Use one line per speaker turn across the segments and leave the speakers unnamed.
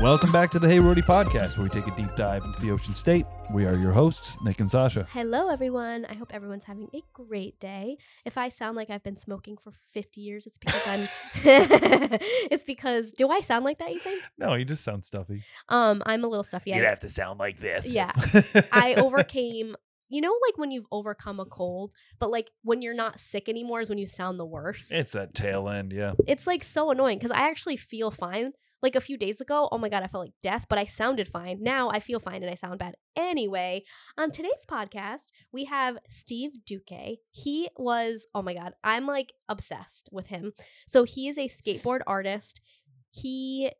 Welcome back to the Hey Rody podcast, where we take a deep dive into the ocean state. We are your hosts, Nick and Sasha.
Hello, everyone. I hope everyone's having a great day. If I sound like I've been smoking for 50 years, it's because I'm. it's because. Do I sound like that, you think?
No, you just sound stuffy.
Um, I'm a little stuffy. I,
to sound like this.
Yeah. I overcame. You know, like when you've overcome a cold, but like when you're not sick anymore is when you sound the worst.
It's that tail end, yeah.
It's like so annoying because I actually feel fine. Like a few days ago, oh my God, I felt like death, but I sounded fine. Now I feel fine and I sound bad. Anyway, on today's podcast, we have Steve Duque. He was, oh my God, I'm like obsessed with him. So he is a skateboard artist. He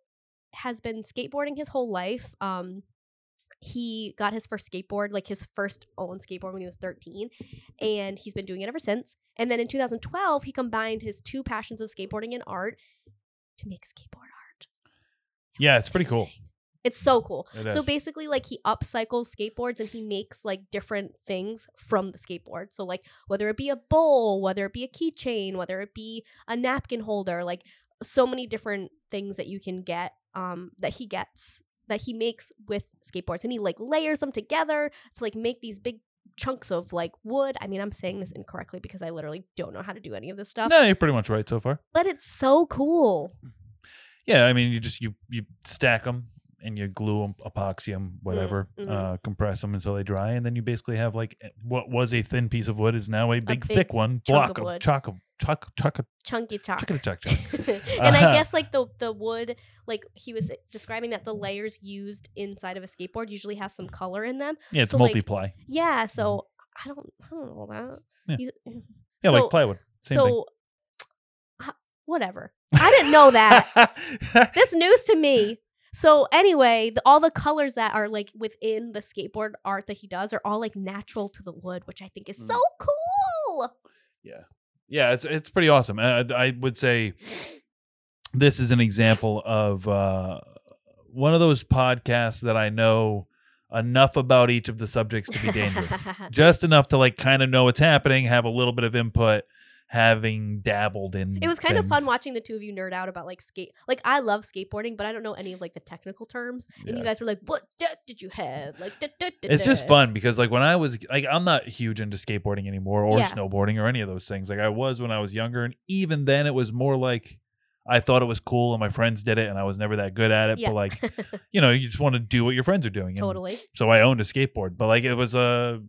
has been skateboarding his whole life. Um, he got his first skateboard, like his first own skateboard when he was 13, and he's been doing it ever since. And then in 2012, he combined his two passions of skateboarding and art to make skateboard art. It
Yeah,
was
it's pretty cool.
amazing. It's so cool.
It
So
is.
basically, like he upcycles skateboards and he makes like different things from the skateboard. So like whether it be a bowl, whether it be a keychain, whether it be a napkin holder, like so many different things that you can get um, that he gets that he makes with skateboards, and he like layers them together to like make these big chunks of like wood. I mean, I'm saying this incorrectly because I literally don't know how to do any of this stuff,
No, you're pretty much right so far.
but it's so cool.
Yeah, I mean, you just you you stack them and you glue them, epoxy them, whatever,
mhm.
uh, compress them until they dry, and then you basically have like eh, what was a thin piece of wood is now a big,
big
thick one,
chunk of
block of
wood.
chalk of chalk chalk
Chunky chalk.
chalk chalk chalk.
and
Uh-huh.
I guess like the the wood, like he was describing that the layers used inside of a skateboard usually has some color in them.
Yeah, it's
So, like,
multiply.
Yeah, so I don't I don't know that.
Mm-hmm. Yeah.
You-
yeah,
so-
like plywood. Same
so
thing.
h- whatever. I didn't know that. That's news to me. So anyway, the, all the colors that are like within the skateboard art that he does are all like natural to the wood, which I think is
Mm.
so cool.
yeah, it's it's pretty awesome. Uh, I would say this is an example of uh, one of those podcasts that I know enough about each of the subjects to be dangerous. Just enough to like kind of know what's happening, have a little bit of input, having dabbled in.
It was kind of fun
things.
watching the two of you nerd out about like skate. Like I love skateboarding, but I don't know any of like the technical terms. And
Yeah.
you guys were like, "What deck did you have?" Like, da, da, da,
It's just
da."
fun because like when I was like I'm not huge into skateboarding anymore or
Yeah.
snowboarding or any of those things. Like I was when I was younger and even then it was more like I thought it was cool and my friends did it and I was never that good at it.
Yeah.
But like, you know, you just want to do what your friends are doing. and
totally.
so I owned a skateboard. But like it was a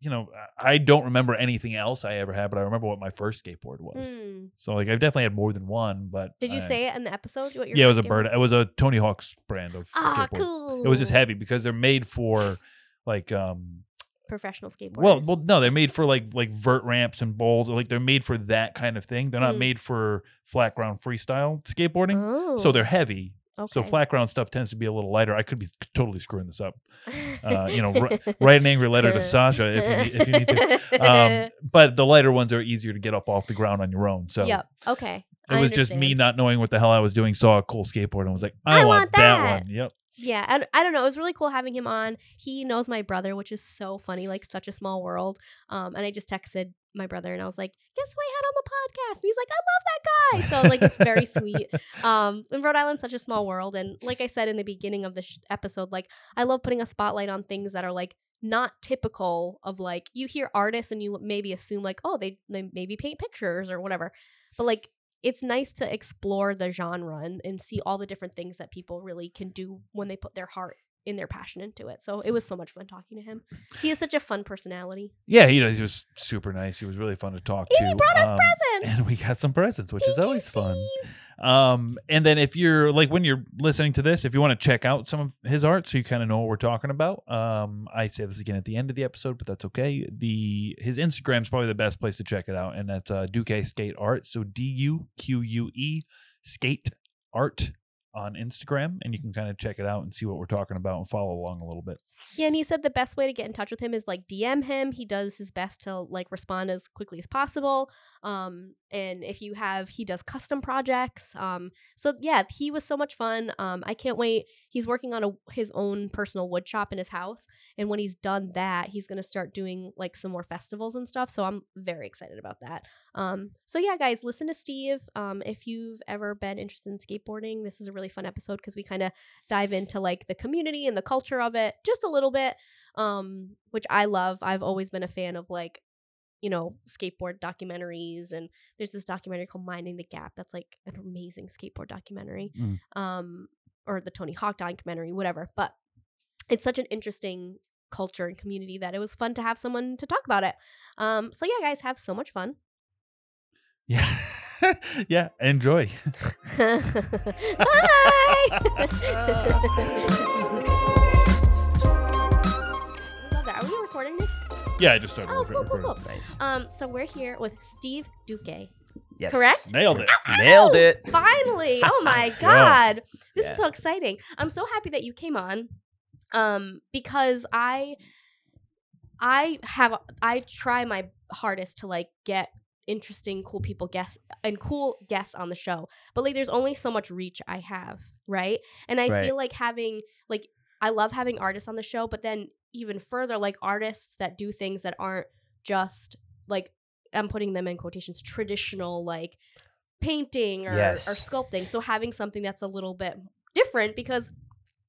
you know, I- I don't remember anything else I ever had, but I remember what my first skateboard was.
Hmm.
So like I've definitely had more than one, but
Did you
I-
say it in the episode? What your
Yeah, it was a
first
bird.
skateboard-
It was a Tony Hawk's brand of
Ah,
skateboard.
cool.
It was just heavy because they're made for like um
professional skateboarders.
well, well, no, they're made for like like vert ramps and bowls. Like they're made for that kind of thing. They're not
Mm.
made for flat ground freestyle skateboarding.
oh,
So they're heavy. So
okay.
flat ground stuff tends to be a little lighter. I could be totally screwing this up. uh, you know, ri- Write an angry letter to Sasha if you need, if you need to. Um, but the lighter ones are easier to get up off the ground on your own. So
yep. Okay.
it
I
was just me
understand.
not knowing what the hell I was doing. Saw a cool skateboard and was like, I, want, that. one. Yep.
Yeah, and I don't know. It was really cool having him on. He knows my brother, which is so funny. Like such a small world. Um, and I just texted my brother, and I was like, "Guess who I had on the podcast?" And he's like, "I love that guy." So like, it's very sweet. Um, in Rhode Island, such a small world, and like I said in the beginning of the sh- episode, like I love putting a spotlight on things that are like not typical of like you hear artists and you maybe assume like oh they they maybe paint pictures or whatever, but like it's nice to explore the genre and, and see all the different things that people really can do when they put their heart in their passion into it. So it was so much fun talking to him. He is such a fun personality.
Yeah, he, he was super nice. He was really fun to talk to.
And he brought us
Um,
presents.
and we got some presents, which is
Thank you,
always fun.
Steve.
Um, and then if you're like when you're listening to this, if you want to check out some of his art, so you kind of know what we're talking about. Um, I say this again at the end of the episode, but that's okay. The his Instagram is probably the best place to check it out, and that's uh, Duque Skate Art. So D U Q U E Skate Art on Instagram, and you can kind of check it out and see what we're talking about and follow along a little bit.
Yeah, and he said the best way to get in touch with him is like DM him. He does his best to like respond as quickly as possible. Um, and if you have, he does custom projects. Um, so yeah, he was so much fun. Um, I can't wait. He's working on a, his own personal wood shop in his house, and when he's done that, he's gonna start doing like some more festivals and stuff. So I'm very excited about that. Um, so yeah, guys, listen to Steve. Um, if you've ever been interested in skateboarding, this is a really fun episode because we kind of dive into like the community and the culture of it just a little bit um which i love i've always been a fan of like you know skateboard documentaries and there's this documentary called minding the gap that's like an amazing skateboard documentary
Mm.
um or the tony hawk documentary whatever but it's such an interesting culture and community that it was fun to have someone to talk about it um so yeah guys have so much fun
Yeah. yeah. Enjoy.
bye We love that. are we recording Nick?
Yeah, I just started
Oh, cool, cool,
recording.
cool.
Nice.
Um, so we're here with Steve Duque.
Yes.
Correct? Oh,
Nailed it.
Nailed it.
Finally! Oh my
Yeah.
god, this is
Yeah.
so exciting. I'm so happy that you came on, um, because I, I have I try my hardest to like get interesting, cool people guests and cool guests on the show, but like there's only so much reach I have, right? And I
Right.
feel like having like I love having artists on the show, but then even further, like artists that do things that aren't just like I'm putting them in quotations traditional like painting or,
Yes.
or sculpting. So having something that's a little bit different because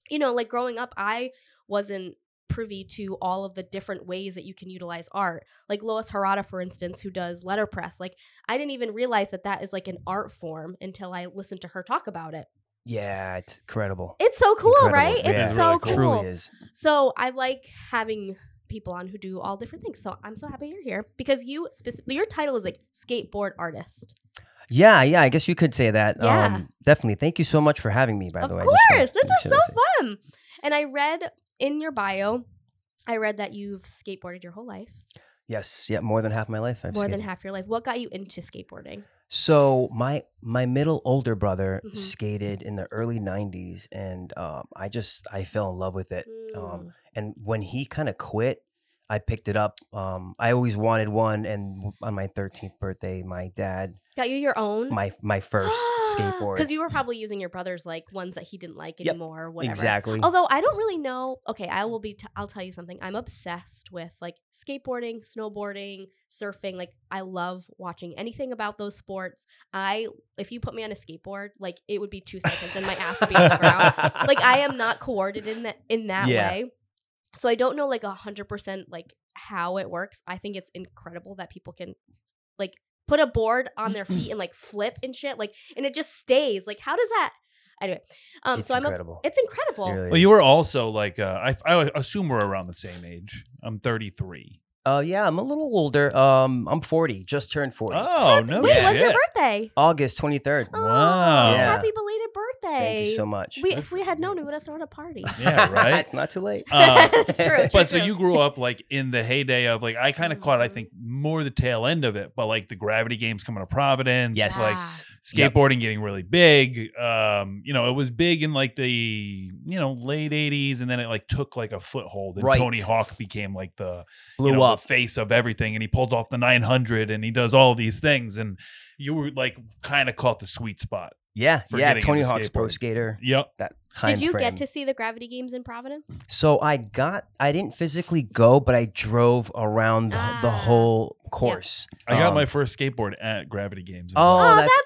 you know, like growing up I wasn't privy to all of the different ways that you can utilize art. Like Lois Harada for instance who does letterpress. Like I didn't even realize that that is like an art form until I listened to her talk about it.
Yeah, it's incredible.
It's so cool,
Incredible.
right?
Yeah.
It's
It's
so
really
cool.
Truly is.
So I like having people on who do all different things. So I'm so happy you're here because you specifically your title is like skateboard artist.
Yeah, yeah. I guess you could say that.
Yeah.
Um, definitely. Thank you so much for having me. By
of
the way, I just wanna
course, this
make
is
sure
so
that's it.
fun. And I read in your bio, I read that you've skateboarded your whole life,
Yes. Yeah. More than half my life. I've
more than
skated.
half your life. What got you into skateboarding?
So my my middle older brother
Mhm.
skated in the early '90s, and um, I just I fell in love with it.
Mm.
Um, and when he kind of quit, I picked it up. Um, I always wanted one, and w- on my 13th birthday, my dad
got you your own
my my first skateboard.
because you were probably using your brother's like ones that he didn't like
Yep,
anymore or whatever.
Exactly.
Although I don't really know. Okay, I will be. T- I'll tell you something. I'm obsessed with like skateboarding, snowboarding, surfing. Like I love watching anything about those sports. I if you put me on a skateboard, like it would be two seconds and my ass would be on the ground. Like I am not coordinated in that in that
Yeah.
way. So I don't know like a hundred percent like how it works. I think it's incredible that people can like put a board on their feet and like flip and shit. Like and it just stays. Like how does that? Anyway, um,
it's
so I'm. A,
incredible.
it's incredible.
It really
Well, Oh, you
is.
were also like, uh, I, I assume we're around the same age. I'm 33.
Uh, yeah, I'm a little older. Um, I'm 40, just turned 40.
Oh,
Happy-
no.
Wait,
shit.
when's your birthday?
August 23rd.
Oh,
Wow.
Yeah.
Happy belated birthday.
Thank you so much.
We, if we had known, we would have thrown a party.
Yeah, right?
it's not too late.
Um,
It's true, true,
but so
true.
you grew up like in the heyday of like I kind of caught I
Mm-hmm.
think more the tail end of it, but like the gravity games coming to Providence,
Yes.
like
Ah.
Yep.
skateboarding getting really big. Um, you know, it was big in like the you know late '80s, and then it like took like a foothold, and
Right.
Tony Hawk became like the
Blew
you know,
up.
the face of everything, and he pulled off the 900, and he does all these things, and you were like kind of caught the sweet spot.
Yeah,
for
yeah.
getting
Tony
into
Hawk's Pro
skateboarding.
Skater.
Yep.
That time
Did you
frame.
get to see the Gravity Games in Providence?
So I got. I didn't physically go, but I drove around the, the
Ah.
whole course.
I got
Um,
my first skateboard at Gravity Games. in
Oh,
Oh,
that's,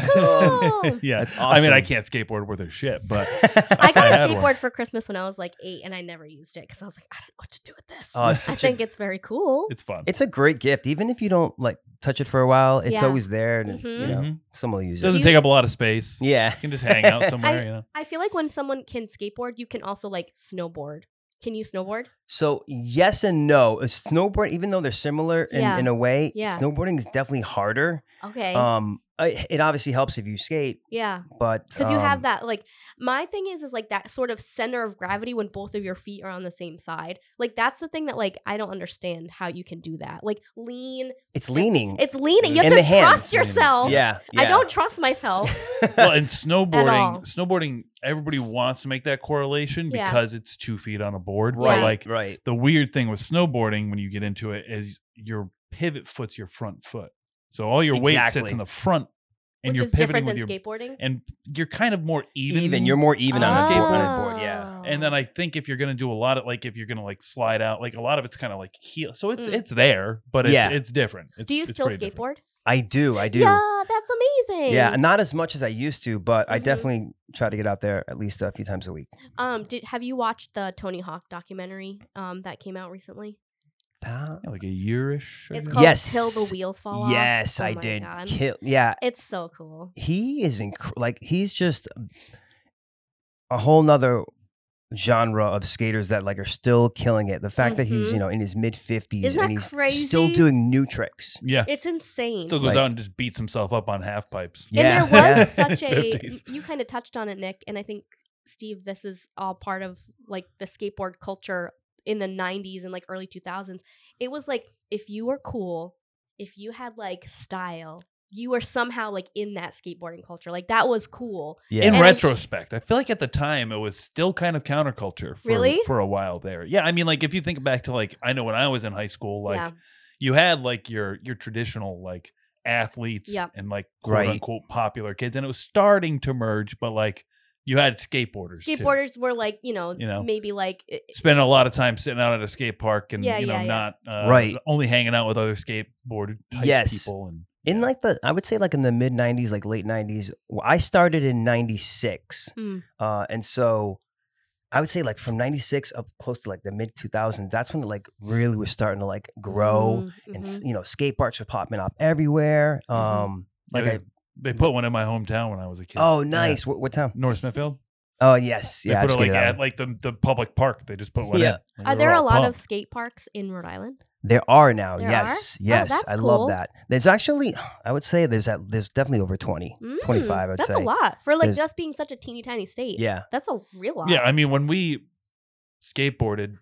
that's so
awesome.
cool.
yeah,
That's
I mean, I
awesome.
can't skateboard worth a shit, but
I got
I
a
had
skateboard
one.
for Christmas when I was like eight, and I never used it because I was like, I don't know what to do with this.
Oh, it's
I
such a-
think it's very cool.
it's fun.
it's a great gift, even if you don't like touch it for a while. It's
Yeah.
always there, and
Mhm.
you know,
Mhm.
someone will use
It
it.
doesn't
Do
take up a lot of space.
yeah,
You can just hang out somewhere,
I-
you know.
I feel like when someone can skateboard, you can also like snowboard. Can you snowboard?
So yes and no. A Snowboard, even though they're similar in,
Yeah.
in a way,
Yeah.
snowboarding is definitely harder.
Okay.
Um, I, it obviously helps if you skate,
Yeah.
but
Because you
um,
have that, like, my thing is, is like that sort of center of gravity when both of your feet are on the same side. Like, that's the thing that, like, I don't understand how you can do that. Like, lean,
It's leaning.
it's leaning. You have
And
to
the
trust
hands.
yourself.
yeah,
I
yeah.
don't trust myself.
well, and
all.
snowboarding, snowboarding, everybody wants to make that correlation
Yeah.
because it's two feet on a board. But,
Right.
Like
right.
the weird thing with snowboarding when you get into it is your pivot foot's your front foot. So all your weight sits
Exactly.
in the front and
which
you're
is
pivoting
different
with
than
your
skateboarding.
and you're kind of more even.
Even, you're more even on a
Oh.
skateboard. on a board, Yeah.
and then I think if you're gonna do a lot of like if you're gonna like slide out, like a lot of it's kind of like heel. So it's
Mm.
it's there, but it's
Yeah.
it's different. It's,
Do you
it's
still
pretty different.
skateboard?
I do. I do.
Yeah, that's amazing.
Yeah, not as much as I used to, but I
Mhm.
definitely try to get out there at least a few times a week.
Um, did, have you watched the Tony Hawk documentary um, that came out recently?
Uh,
Yeah, like a yearish.
It's
ago?
called Till the
Yes.
Wheels Fall Off.
yes,
Oh
I
my
did.
God.
Kill. Yeah,
It's so cool.
he is inc- like he's just a whole nother genre of skaters that like are still killing it. The fact that he's
Mhm.
you know in his mid fifties
Isn't
and
that
he's still
crazy?
doing new tricks.
yeah.
It's insane.
Still goes
Like-
out and just beats himself up on half pipes.
Yeah.
And there was
Yeah.
such
In his
a y-
50s.
you kind of touched on it, Nick, and I think Steve, this is all part of like the skateboard culture in the '90s and like early 2000s. It was like if you were cool, if you had like style, you were somehow like in that skateboarding culture. Like that was cool.
Yeah,
In
And it's-
retrospect, I feel like at the time it was still kind of counterculture for,
Really?
for a while there. Yeah, I mean, like if you think back to like I know when I was in high school, like
Yeah.
you had like your your traditional like athletes
Yep.
and like quote
Right.
unquote popular kids, and it was starting to merge, but like you had skateboarders, too.
Skateboarders were like you know,
You know.
maybe like i-
spending a lot of time sitting out at a skate park and
Yeah,
you know
yeah, yeah.
not uh,
Right.
only hanging out with other skateboard type
Yes.
people and
in like the I would say like in the mid '90s, like late '90s. w- I started in '96,
Mm.
uh, and so I would say like from '96 up close to like the mid 2000s. That's when it like really was starting to like grow,
Mm,
and
mhm.
s you know skate parks were popping up everywhere. Um,
Mhm.
like
they,
I
they put one in my hometown when I was a kid.
oh
Yeah.
nice, what, what town?
North Smithfield.
Oh yes,
They
yeah.
put
I've
it like
skated out
at
there.
like the, the public park. They just put one
Yeah.
in.
Are Uh, there a lot of skate parks in Rhode Island?
there are now.
There are?
yes,
Oh,
yes.
that's
I
cool.
love that. There's actually, I would say there's at there's definitely over 20,
Mm,
25. I'd
that's
say.
a lot for like
There's-
just being such a teeny tiny state.
Yeah,
that's a real lot.
Yeah, I mean, when we skateboarded,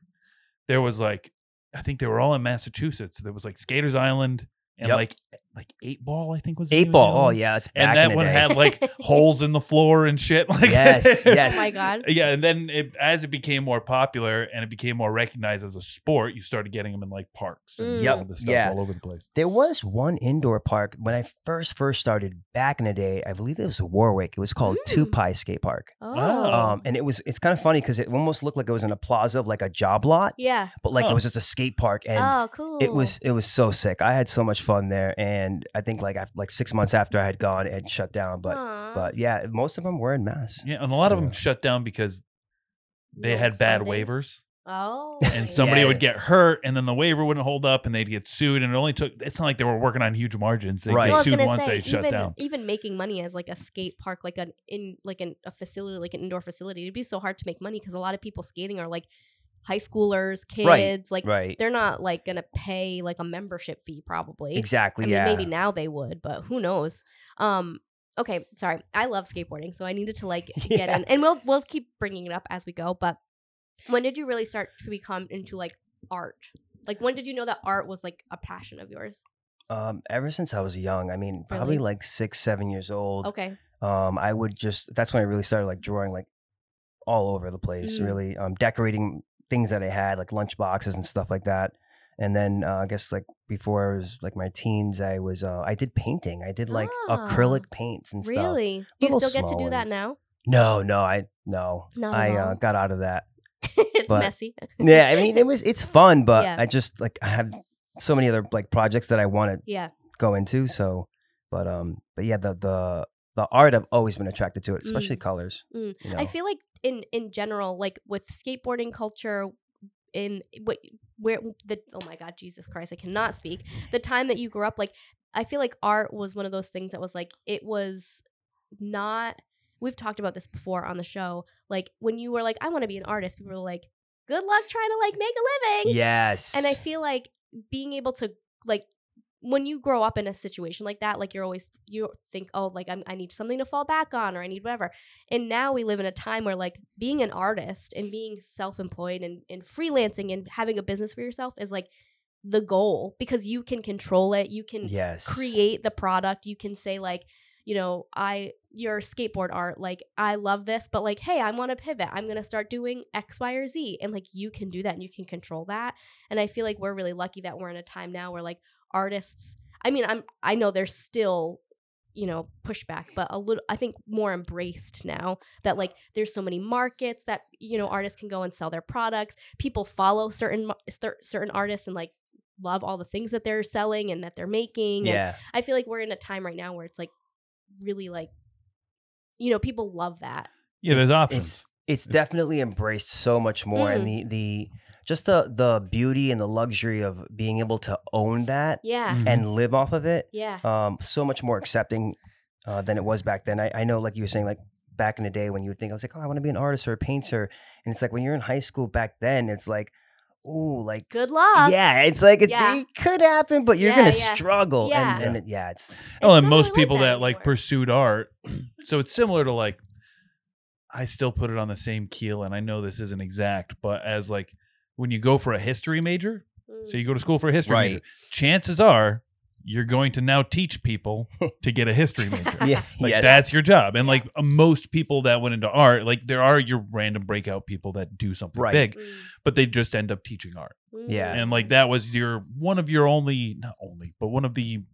there was like, I think they were all in Massachusetts. There was like Skaters Island and
Yep.
like like Eight Ball, I think was the name
eight
of the
ball. Oh
island.
yeah, it's back
and
in
that
the
one
day.
had like holes in the floor and shit. Like
Yes, yes.
Oh my god.
Yeah, and then it, as it became more popular and it became more recognized as a sport, you started getting them in like parks and
Mm.
all
Yep,
this stuff
yeah.
all over the place.
There was one indoor park when I first first started back in the day. I believe it was Warwick. It was called Two
Mm.
Pie Skate Park.
Oh.
Um, and it was it's kind of funny because it almost looked like it was in a plaza of like a job lot,
yeah.
but like
Huh.
it was just a skate park and.
oh, cool.
It was it was so sick. I had so much fun there, and I think like af- like six months after I had gone, it had shut down. But
Aw.
but yeah, most of them were in mass.
Yeah, and a lot of them
Yeah.
shut down because they
No
had bad
funding.
waivers.
Oh.
and somebody
Yeah.
would get hurt, and then the waiver wouldn't hold up, and they'd get sued. And it only took. It's not like they were working on huge margins. They
Right.
Well, I
get sued
was gonna
once,
say
they shut
even
down.
even making money as like a skate park, like an in like an, a facility, like an indoor facility, it'd be so hard to make money because a lot of people skating are like high schoolers, kids,
Right.
like
Right.
they're not like gonna pay like a membership fee probably.
Exactly.
I
yeah.
mean, maybe now they would, but who knows? Um, okay, sorry. I love skateboarding, so I needed to like get
Yeah.
in, and we'll we'll keep bringing it up as we go. But when did you really start to become into like art? Like, when did you know that art was like a passion of yours?
Um, ever since I was young, I mean, probably
Really?
like six, seven years old.
Okay,
Um, I would just that's when I really started like drawing like all over the place,
Mm.
really. Um, decorating things that I had, like lunch boxes and stuff like that. And then uh, I guess like before I was like my teens, I was uh, I did painting. I did like
Ah,
acrylic paints and stuff.
really? Do you
Little
still get to
small
do that
ones.
now?
No, no, I no.
Not at
I uh,
all.
got out of that.
it's
but-
messy.
Yeah, I mean it was it's fun, but
Yeah.
I just like I have so many other like projects that I want to
yeah.
go into. So, but um, but yeah, the the the art I've always been attracted to it, especially colors.
Mm.
You know?
I feel like in in general, like with skateboarding culture, in eh, what where the oh my god, Jesus Christ, I cannot speak. The time that you grew up, like I feel like art was one of those things that was like it was not. We've talked about this before on the show. Like when you were like, I want to be an artist, people were like, Good luck trying to like make a living.
yes,
And I feel like being able to like when you grow up in a situation like that, like you're always you think, oh, like I'm, I need something to fall back on, or I need whatever. And now we live in a time where like being an artist and being self-employed and, and freelancing and having a business for yourself is like the goal because you can control it. You can
yes.
create the product. You can say like, you know, I your skateboard art, like I love this, but like, hey, I want to pivot. I'm gonna start doing X, Y, or Z, and like you can do that and you can control that. And I feel like we're really lucky that we're in a time now where like artists. I mean, I'm I know there's still you know pushback but a little i think more embraced now that like there's so many markets that you know artists can go and sell their products people follow certain certain artists and like love all the things that they're selling and that they're making.
Yeah.
And I feel like we're in a time right now where it's like really like you know, people love that.
Yeah, there's options.
It's it's definitely embraced so much more
Mm.
and the the just the the beauty and the luxury of being able to own that
Yeah.
Mhm.
and live off of it.
Yeah.
Um so much more accepting uh, than it was back then. I, I know like you were saying like back in the day when you would think I was like, "Oh, I want to be an artist or a painter." And it's like when you're in high school back then, it's like, "Ooh, like
Good luck.
yeah, it's like it,
Yeah.
it could happen, but you're
Yeah,
gonna
yeah.
struggle.
Yeah.
And, and it, yeah, it's
Oh, and
It's not really
most
like
people
that
that, like
anymore.
pursued art, so it's similar to like I still put it on the same keel, and I know this isn't exact, but as like when you go for a history major, so
Mm.
you go to school for a history
Right.
major, chances are you're going to now teach people to get a history major.
yeah,
Like
yes.
that's your job, and
Yeah.
like uh, most people that went into art, like there are your random breakout people that do something
Right.
big, but they just end up teaching art
Yeah.
Mm.
and like that was your one of your only not only but one of the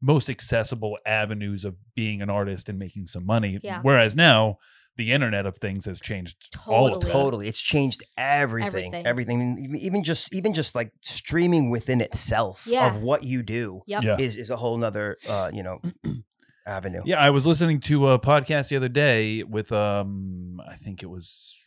most accessible avenues of being an artist and making some money
Yeah.
whereas now the internet of things has changed all of
Totally.
that.
totally it's changed everything
Everything.
everything, Even- even just even just like streaming within itself
Yeah.
of what you do
Yep.
Yeah.
is is a whole nother uh you know avenue
yeah i was listening to a podcast the other day with um i think it was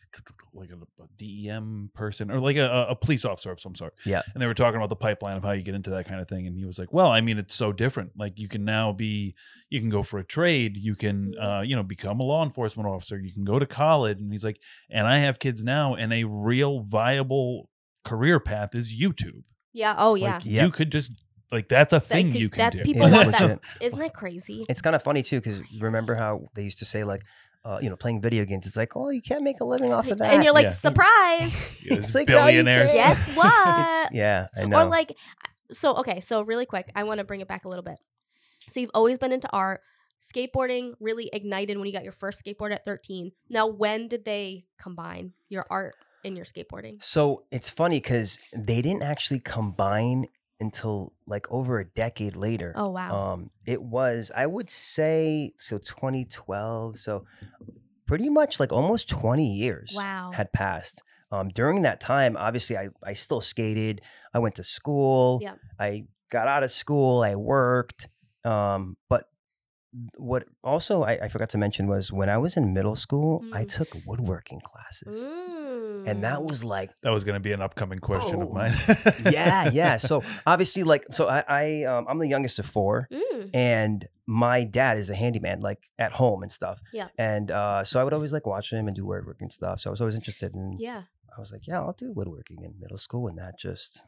like a, a dem person or like a, a police officer of some sort
Yeah.
and they were talking about the pipeline of how you get into that kind of thing and he was like well i mean it's so different like you can now be you can go for a trade you can
Mm-hmm.
Mhm.
uh, you know become a law enforcement officer you can go to college and he's like and i have kids now and a real viable career path is youtube
Yeah. Oh
Like,
yeah.
you
Yep.
could just like that's a thing
could-
you can
that
do
people
It is
want that.
legit.
Isn't that crazy?
it's kind of funny too because remember how they used to say like uh you know playing video games it's like oh you can't make a living off of that
and you're like,
Yeah.
surprise.
It's
like, now you
billionaires
can.
Guess what?
It's- yeah i know
Or like, so okay, so really quick, I want to bring it back a little bit. So you've always been into art. Skateboarding really ignited when you got your first skateboard at 13. Now, when did they combine your art and your skateboarding?
So it's funny because they didn't actually combine until like over a decade later.
Oh wow,
Um, it was I would say so 2012. So pretty much like almost 20 years
wow,
had passed. Um, during that time, obviously, I I still skated. I went to school.
Yep.
I got out of school. I worked. Um, but what also I, I forgot to mention was when I was in middle school, I
Mm.
took woodworking classes, and that
Mm.
was like
that was going to be an upcoming question of
Oh,
mine
yeah, yeah. So obviously, like, so I, I um, I'm the youngest of four,
Mm.
and my dad is a handyman, like at home and stuff.
Yeah.
And uh, so I would always like watch him and do woodworking and stuff. So I was always interested, and
yeah,
I was like, yeah, I'll do woodworking in middle school, and that just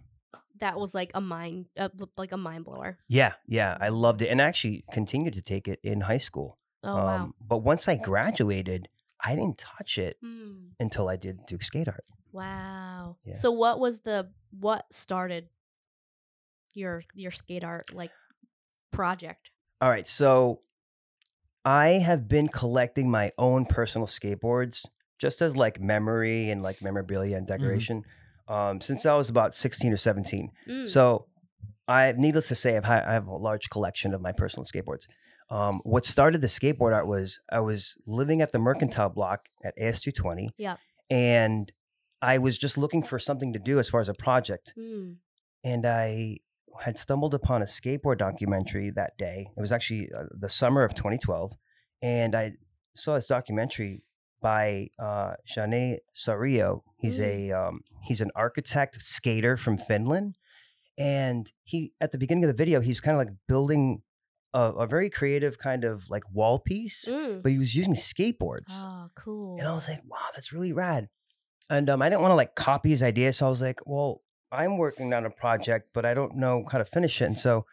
that was like a mind, uh, like a mind blower.
yeah, yeah, I loved it, and I actually continued to take it in high school. um,
Oh wow,
But once I graduated, I didn't touch it
Mm.
until I did Duke Skate Art.
wow.
Yeah.
So what was the what started your your skate art like project?
All right, so I have been collecting my own personal skateboards just as like memory and like memorabilia and
Mm-hmm.
decoration um, since I was about 16 or 17.
Mm.
So I, needless to say, I've ha- I have a large collection of my personal skateboards. Um, what started the skateboard art was I was living at the Mercantile Block at AS220.
Yeah.
And I was just looking for something to do as far as a project
Mm.
and I had stumbled upon a skateboard documentary that day. It was actually uh, the summer of 2012, and I saw this documentary by uh, Jane Sario. He's a um, he's an architect skater from Finland, and he at the beginning of the video he's kind of like building a, a very creative kind of like wall piece,
Mm.
but he was using skateboards.
Oh, cool.
And I was like, wow, that's really rad. And um, I didn't want to like copy his idea. So I was like, well, I'm working on a project, but I don't know how to finish it. And so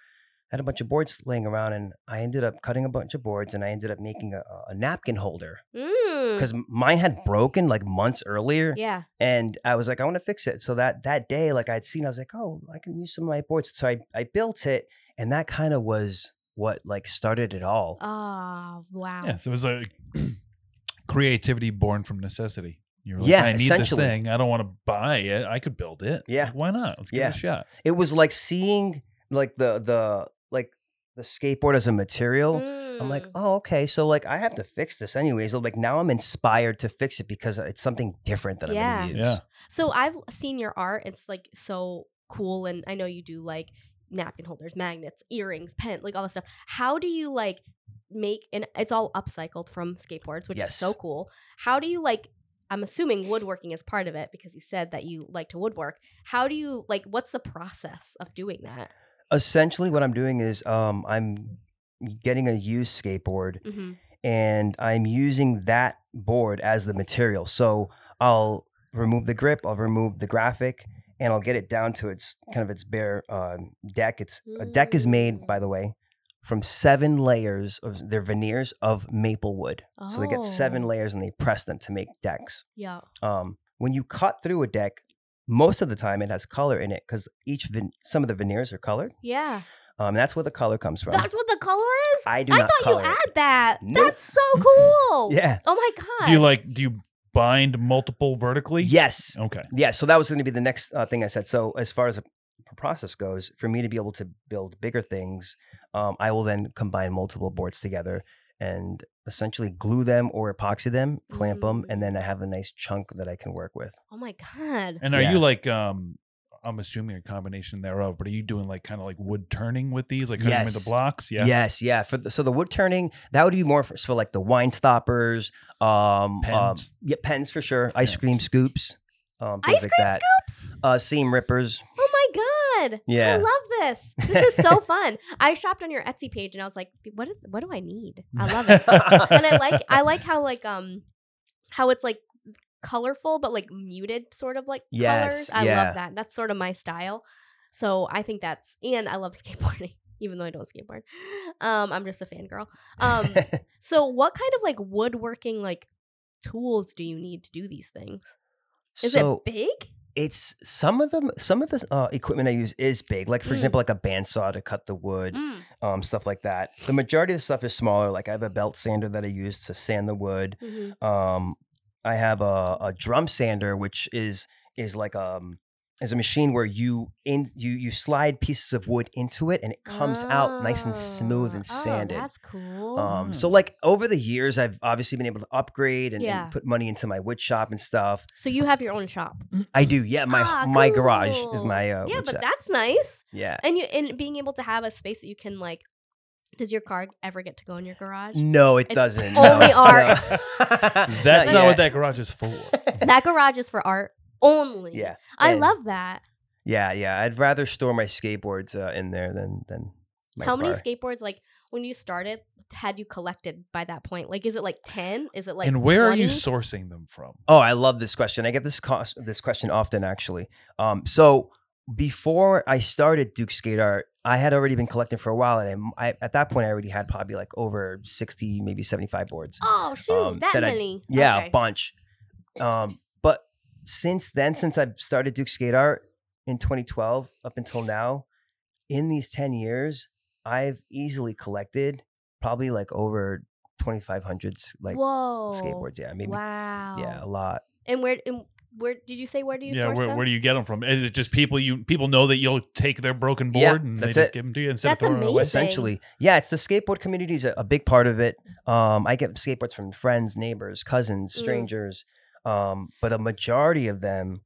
had a bunch of boards laying around, and I ended up cutting a bunch of boards, and I ended up making a, a napkin holder
Mm.
because mine had broken like months earlier,
Yeah.
and I was like, I want to fix it. So that that day, like I'd seen, I was like, oh, I can use some of my boards. So I I built it, and that kind of was what like started it all.
Oh wow.
Yeah, so it was like creativity born from necessity. You're like,
Yeah,
I need this
essentially.
thing. I don't want to buy it. I could build it.
Yeah.
Like, why not? Let's give
Yeah.
it a shot.
It was like seeing like the the like the skateboard as a material. I'm like,
Mm.
oh, okay. So like, I have to fix this anyways. So, Like now, I'm inspired to fix it because it's something different that I'm
Yeah.
gonna use.
So I've seen your art. It's like so cool, and I know you do like napkin holders, magnets, earrings, pen, like all this stuff. How do you like make and it's all upcycled from skateboards, which is so
Yes.
cool. How do you like? I'm assuming woodworking is part of it because you said that you like to woodwork. How do you like? What's the process of doing that?
Essentially, what I'm doing is, um, I'm getting a used skateboard
hmm
and I'm using that board as the material. So I'll remove the grip, I'll remove the graphic, and I'll get it down to its kind of its bare uh, deck. It's a deck is made, by the way, from seven layers of their veneers of maple wood. So they get seven
Oh.
layers and they press them to make decks.
Yeah.
um, when you cut through a deck, most of the time it has color in it because each vin- some of the veneers are colored.
Yeah.
Um, and that's where the color comes from.
That's what the color is.
I do
I
not
thought
color.
you
it.
add that.
Nope.
That's so cool.
Yeah.
Oh my god.
Do you like? Do you bind multiple vertically?
Yes.
Okay.
Yeah. So that was going to be the next uh, thing I said. So as far as the p- process goes, for me to be able to build bigger things, um, I will then combine multiple boards together and essentially glue them or epoxy them, clamp
Mm.
them, and then I have a nice chunk that I can work with.
Oh my god.
And are
Yeah.
you like? um I'm assuming a combination thereof, but are you doing like kind of like wood turning with these, like cutting them
Yes.
into blocks? Yeah.
Yes, yeah. For the, so the wood turning that would be more for, for like the wine stoppers, um, um
Pens.
yeah, pens for sure. Ice
Yeah.
cream scoops, um, things
Ice
like
cream
that.
scoops.
Uh, seam rippers.
Oh my god. I
Yeah.
love this. This is so fun. I shopped on your Etsy page and I was like, what is, what do I need? I love it. and I like I like how like um how it's like colorful but like muted sort of like colors.
Yes,
I
yeah.
love that. That's sort of my style. So I think that's and I love skateboarding. Even though I don't skateboard, um, I'm just a fangirl. Um, so, what kind of like woodworking like tools do you need to do these things? Is
so
it big?
it's some of them. Some of the uh, equipment I use is big, like for
Mm.
example, like a bandsaw to cut the wood,
Mm,
um, stuff like that. The majority of the stuff is smaller. Like I have a belt sander that I use to sand the wood.
mhm.
Um, I have a, a drum sander, which is is like um is a machine where you in you you slide pieces of wood into it and it comes out nice and smooth and
Ah, oh,
sanded.
that's cool.
um, so like over the years, I've obviously been able to upgrade and, and
Yeah.
put money into my wood shop and stuff.
so you have your own shop.
I do, yeah. My
Ah,
my garage is
cool.
my uh,
yeah,
wood
but
shop.
that's nice.
yeah.
And you and being able to have a space that you can like. Does your car ever get to go in your garage?
No, it
It's
doesn't.
only
no,
art.
no.
That's not what
yet.
that garage is for.
that garage is for art only.
Yeah,
I
and-
love that.
yeah, yeah. I'd rather store my skateboards uh, in there than than. My
How many
car.
skateboards like when you started had you collected by that point? Like, is it like ten? Is it like
and where are you
20?
sourcing them from?
Oh, I love this question. I get this cos- this question often actually. Um, so before I started Duke Skate Art, I had already been collecting for a while, and I, I at that point I already had probably like over sixty, maybe seventy five boards.
Oh shoot,
um,
that,
that I-
many.
Yeah,
Okay.
a bunch. Um, but since then, since I've started Duke Skate Art in 2012 up until now, in these 10 years, I've easily collected probably like over 2,500 s- like
Whoa.
skateboards. Yeah, maybe.
Wow.
Yeah, a lot.
And where and where did you say where do you
yeah,
source
where,
them?
where do you get them from? Is it just people you people know that you'll take their broken
Yeah,
board and they
that's
just
it.
give them to you instead
That's
of throwing
amazing.
Essentially, yeah, it's the skateboard community is a, a big part of it. Um, I get skateboards from friends, neighbors, cousins,
Mm.
strangers, um, but a majority of them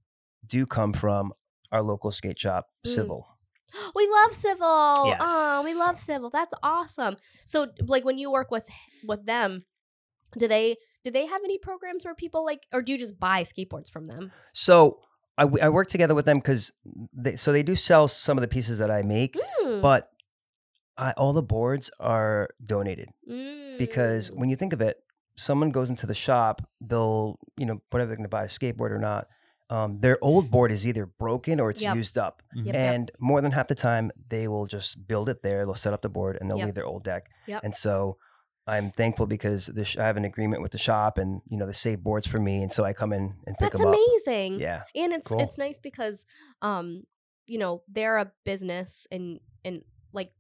do come from our local skate shop,
Mm.
Civil.
We love Civil. Oh, we
Yes.
love Civil. That's awesome. So like when you work with with them, do they do they have any programs where people like or do you just buy skateboards from them?
So I, w- I work together with them because they, so they do sell some of the pieces that I make,
Mm.
but I, all the boards are donated because
Mm.
when you think of it, someone goes into the shop, they'll you know whatever they're going to buy a skateboard or not. um, their old board is either broken or it's
Yep.
used up.
Mhm.
Yep, yep.
And more than half the time, they will just build it there. They'll set up the board and they'll
Yep.
leave their old deck.
Yep.
And so I'm thankful because the sh- I have an agreement with the shop and, you know, they save boards for me. And so I come in and pick
That's
them up.
amazing.
Yeah.
and it's
Cool.
it's nice because um you know they're a business and and like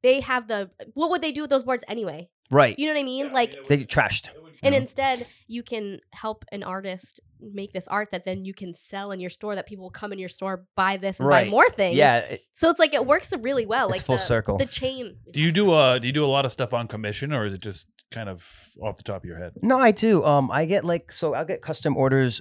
they have the what would they do with those boards anyway
Right.
you know what i mean like
they get trashed.
and
Yeah.
instead you can help an artist make this art that then you can sell in your store that people will come in your store buy this and
Right.
buy more things
Yeah. It,
so it's like it works really well
it's
like
full
the,
circle.
the chain
do you do uh do you do a lot of stuff on commission or is it just kind of off the top of your head?
No, I do. Um, I get like so I'll get custom orders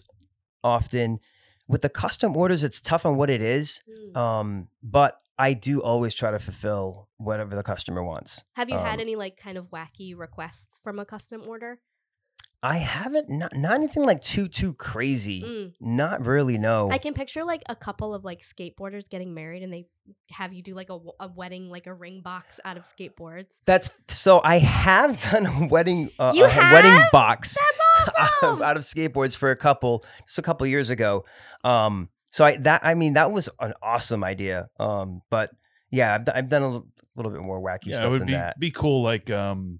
often. With the custom orders, it's tough on what it is.
Mm.
Um, but I do always try to fulfill whatever the customer wants.
have you had
um,
any like kind of wacky requests from a custom order
I haven't not, not anything like too too crazy.
Mm.
Not really. No.
I can picture like a couple of like skateboarders getting married and they have you do like a, w- a wedding, like a ring box out of skateboards.
That's so. I have done a wedding uh,
You
a wedding
have?
box.
That's
out, of,
awesome.
out of skateboards for a couple just a couple years ago. Um, so I that I mean that was an awesome idea. Um, but yeah, I've, d- I've done a l- little bit more wacky
Yeah, it
stuff
would
than
be
that.
be cool like um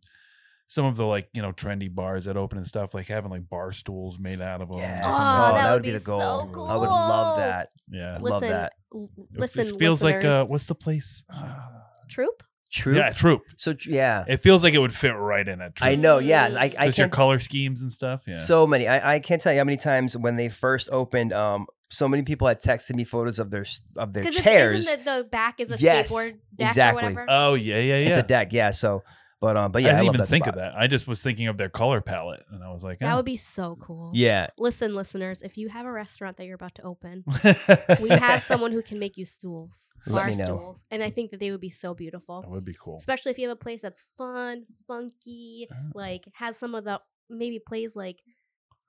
some of the like, you know, trendy bars that open and stuff like having like bar stools made out of them.
Yes.
Oh,
Oh,
that
that
would
would be
be
the goal.
so
I would love
cool.
that.
yeah.
I love
Listen,
that.
l-
It-
listen,
it feels like
listeners.
uh what's the place? Ah.
troop.
True.
Yeah, troop.
So tr- yeah,
It feels like it would fit right in at
I
troop.
know. Yeah, I, I
Just your
can't.
color schemes and stuff. Yeah.
So many. I, I can't tell you how many times when they first opened. Um, so many people had texted me photos of their s- of their
Because
chairs.
isn't the, the back is a
Yes,
skateboard deck
exactly.
or whatever.
oh yeah, yeah, yeah.
It's a deck. Yeah. So, but um, but
I
yeah, I,
didn't
love
even
that
think
spot.
of that. I just was thinking of their color palette, and I was like,
that
oh.
would be so cool.
Yeah.
Listen, listeners, if you have a restaurant that you're about to open, we have someone who can make you stools,
Let
bar
me know. Oh,
stools, and I think that they would be so beautiful.
that would be cool.
especially if you have a place that's fun, funky,
Oh.
like has some of the maybe plays like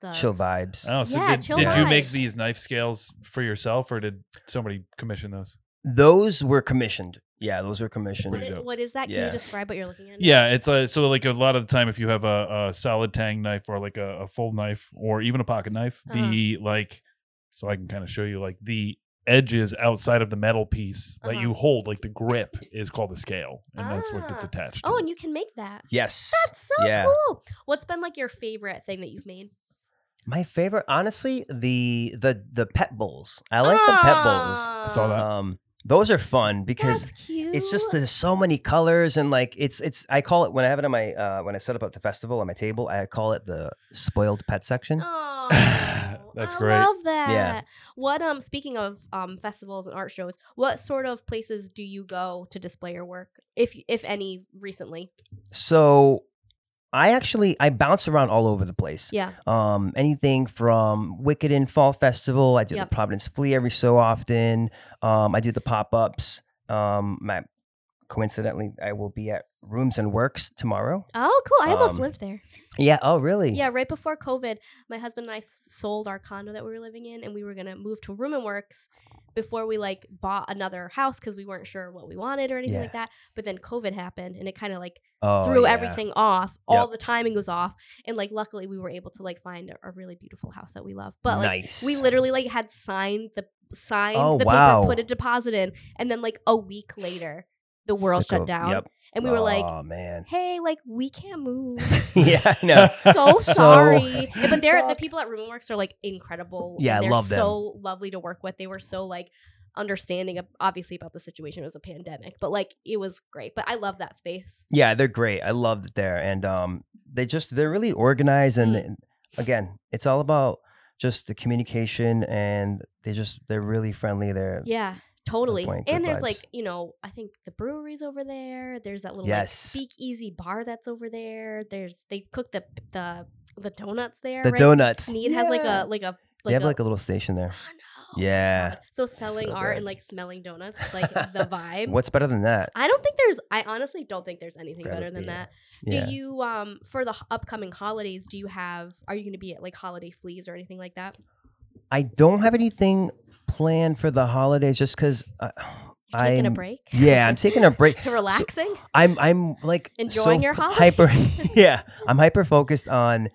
the
Chill vibes.
Oh, so
Yeah,
did,
chill
did you make
vibes.
these knife scales for yourself, or did somebody commission those?
Those were commissioned. Yeah, those were
What
Pretty
commissioned.
is,
dope.
what is that? Can
Yeah.
you describe what you're looking at? now?
Yeah, it's a, so like a lot of the time, if you have a, a solid tang knife or like a, a full knife or even a pocket knife, the
Uh-huh.
like, so I can kind of show you like the edges outside of the metal piece that
Uh-huh.
you hold, like the grip is called the scale, and that's what gets
Ah.
attached.
Oh,
to it.
and you can make that.
Yes.
That's so
Yeah.
cool. What's been like your favorite thing that you've made?
My favorite, honestly, the the the pet bowls. I like the pet bowls.
I saw that.
Um, those are fun because
Ah. That's cute.
it's just there's so many colors and like it's it's. I call it when I have it on my uh, when I set up at the festival on my table. I call it the spoiled pet section.
Oh,
That's
I
great.
love that. What um speaking of um festivals and art shows, what sort of places do you go to display your work? If if any recently.
So I actually I bounce around all over the place.
Yeah.
um, anything from Wicked in Fall Festival. I do
Yep.
the Providence Flea every so often. Um, I do the pop ups. Um, my, coincidentally, I will be at Rooms and Works tomorrow.
Oh, cool. I almost
Um,
lived there.
Yeah. Oh, really?
Yeah, right before COVID, my husband and I s- sold our condo that we were living in, and we were gonna move to Room and Works before we like bought another house because we weren't sure what we wanted or anything like that. But then COVID happened, and it kind of like
Oh,
threw
yeah.
everything off. All the timing was off, and like luckily we were able to like find a, a really beautiful house that we love. But like
nice.
we literally like had signed the signed
Oh,
the
wow.
paper, put a deposit in, and then like a week later, the world
Took
shut
a-
down,
Yep.
and we were like,
oh man.
hey, like we can't move
yeah, I know.
so
So-
sorry. Yeah, but they're the
Fuck.
people at Roomworks are like incredible.
Yeah, I
and they're
love them.
so lovely to work with. They were so like understanding of, obviously about the situation. It was a pandemic, but like it was great. But I love that space.
Yeah, they're great. I love it there, and um, they just they're really organized, and
Mm.
again, it's all about just the communication, and they just they're really friendly. They're
Yeah. Totally.
point,
And
good
there's
vibes.
like, you know, I think the brewery's over there. There's that little like,
Yes.
speakeasy bar that's over there. There's they cook the the the donuts there.
the
right?
donuts.
Need has like
Yeah.
a like a
they have like a little station there.
I know. oh
Yeah.
So selling
So
art
good.
and like smelling donuts, is, like the vibe.
What's better than that?
I don't think there's. I honestly don't think there's anything
That
better
would
than
be-
that.
Yeah.
Do you um for the h- upcoming holidays? Do you have? Are you going to be at like holiday fleas or anything like that?
I don't have anything planned for the holidays just because
You're taking
I'm
a break.
Yeah, I'm taking a break.
Relaxing.
I'm I'm like
Enjoying your
f-
holiday.
Hyper. yeah, I'm hyper focused on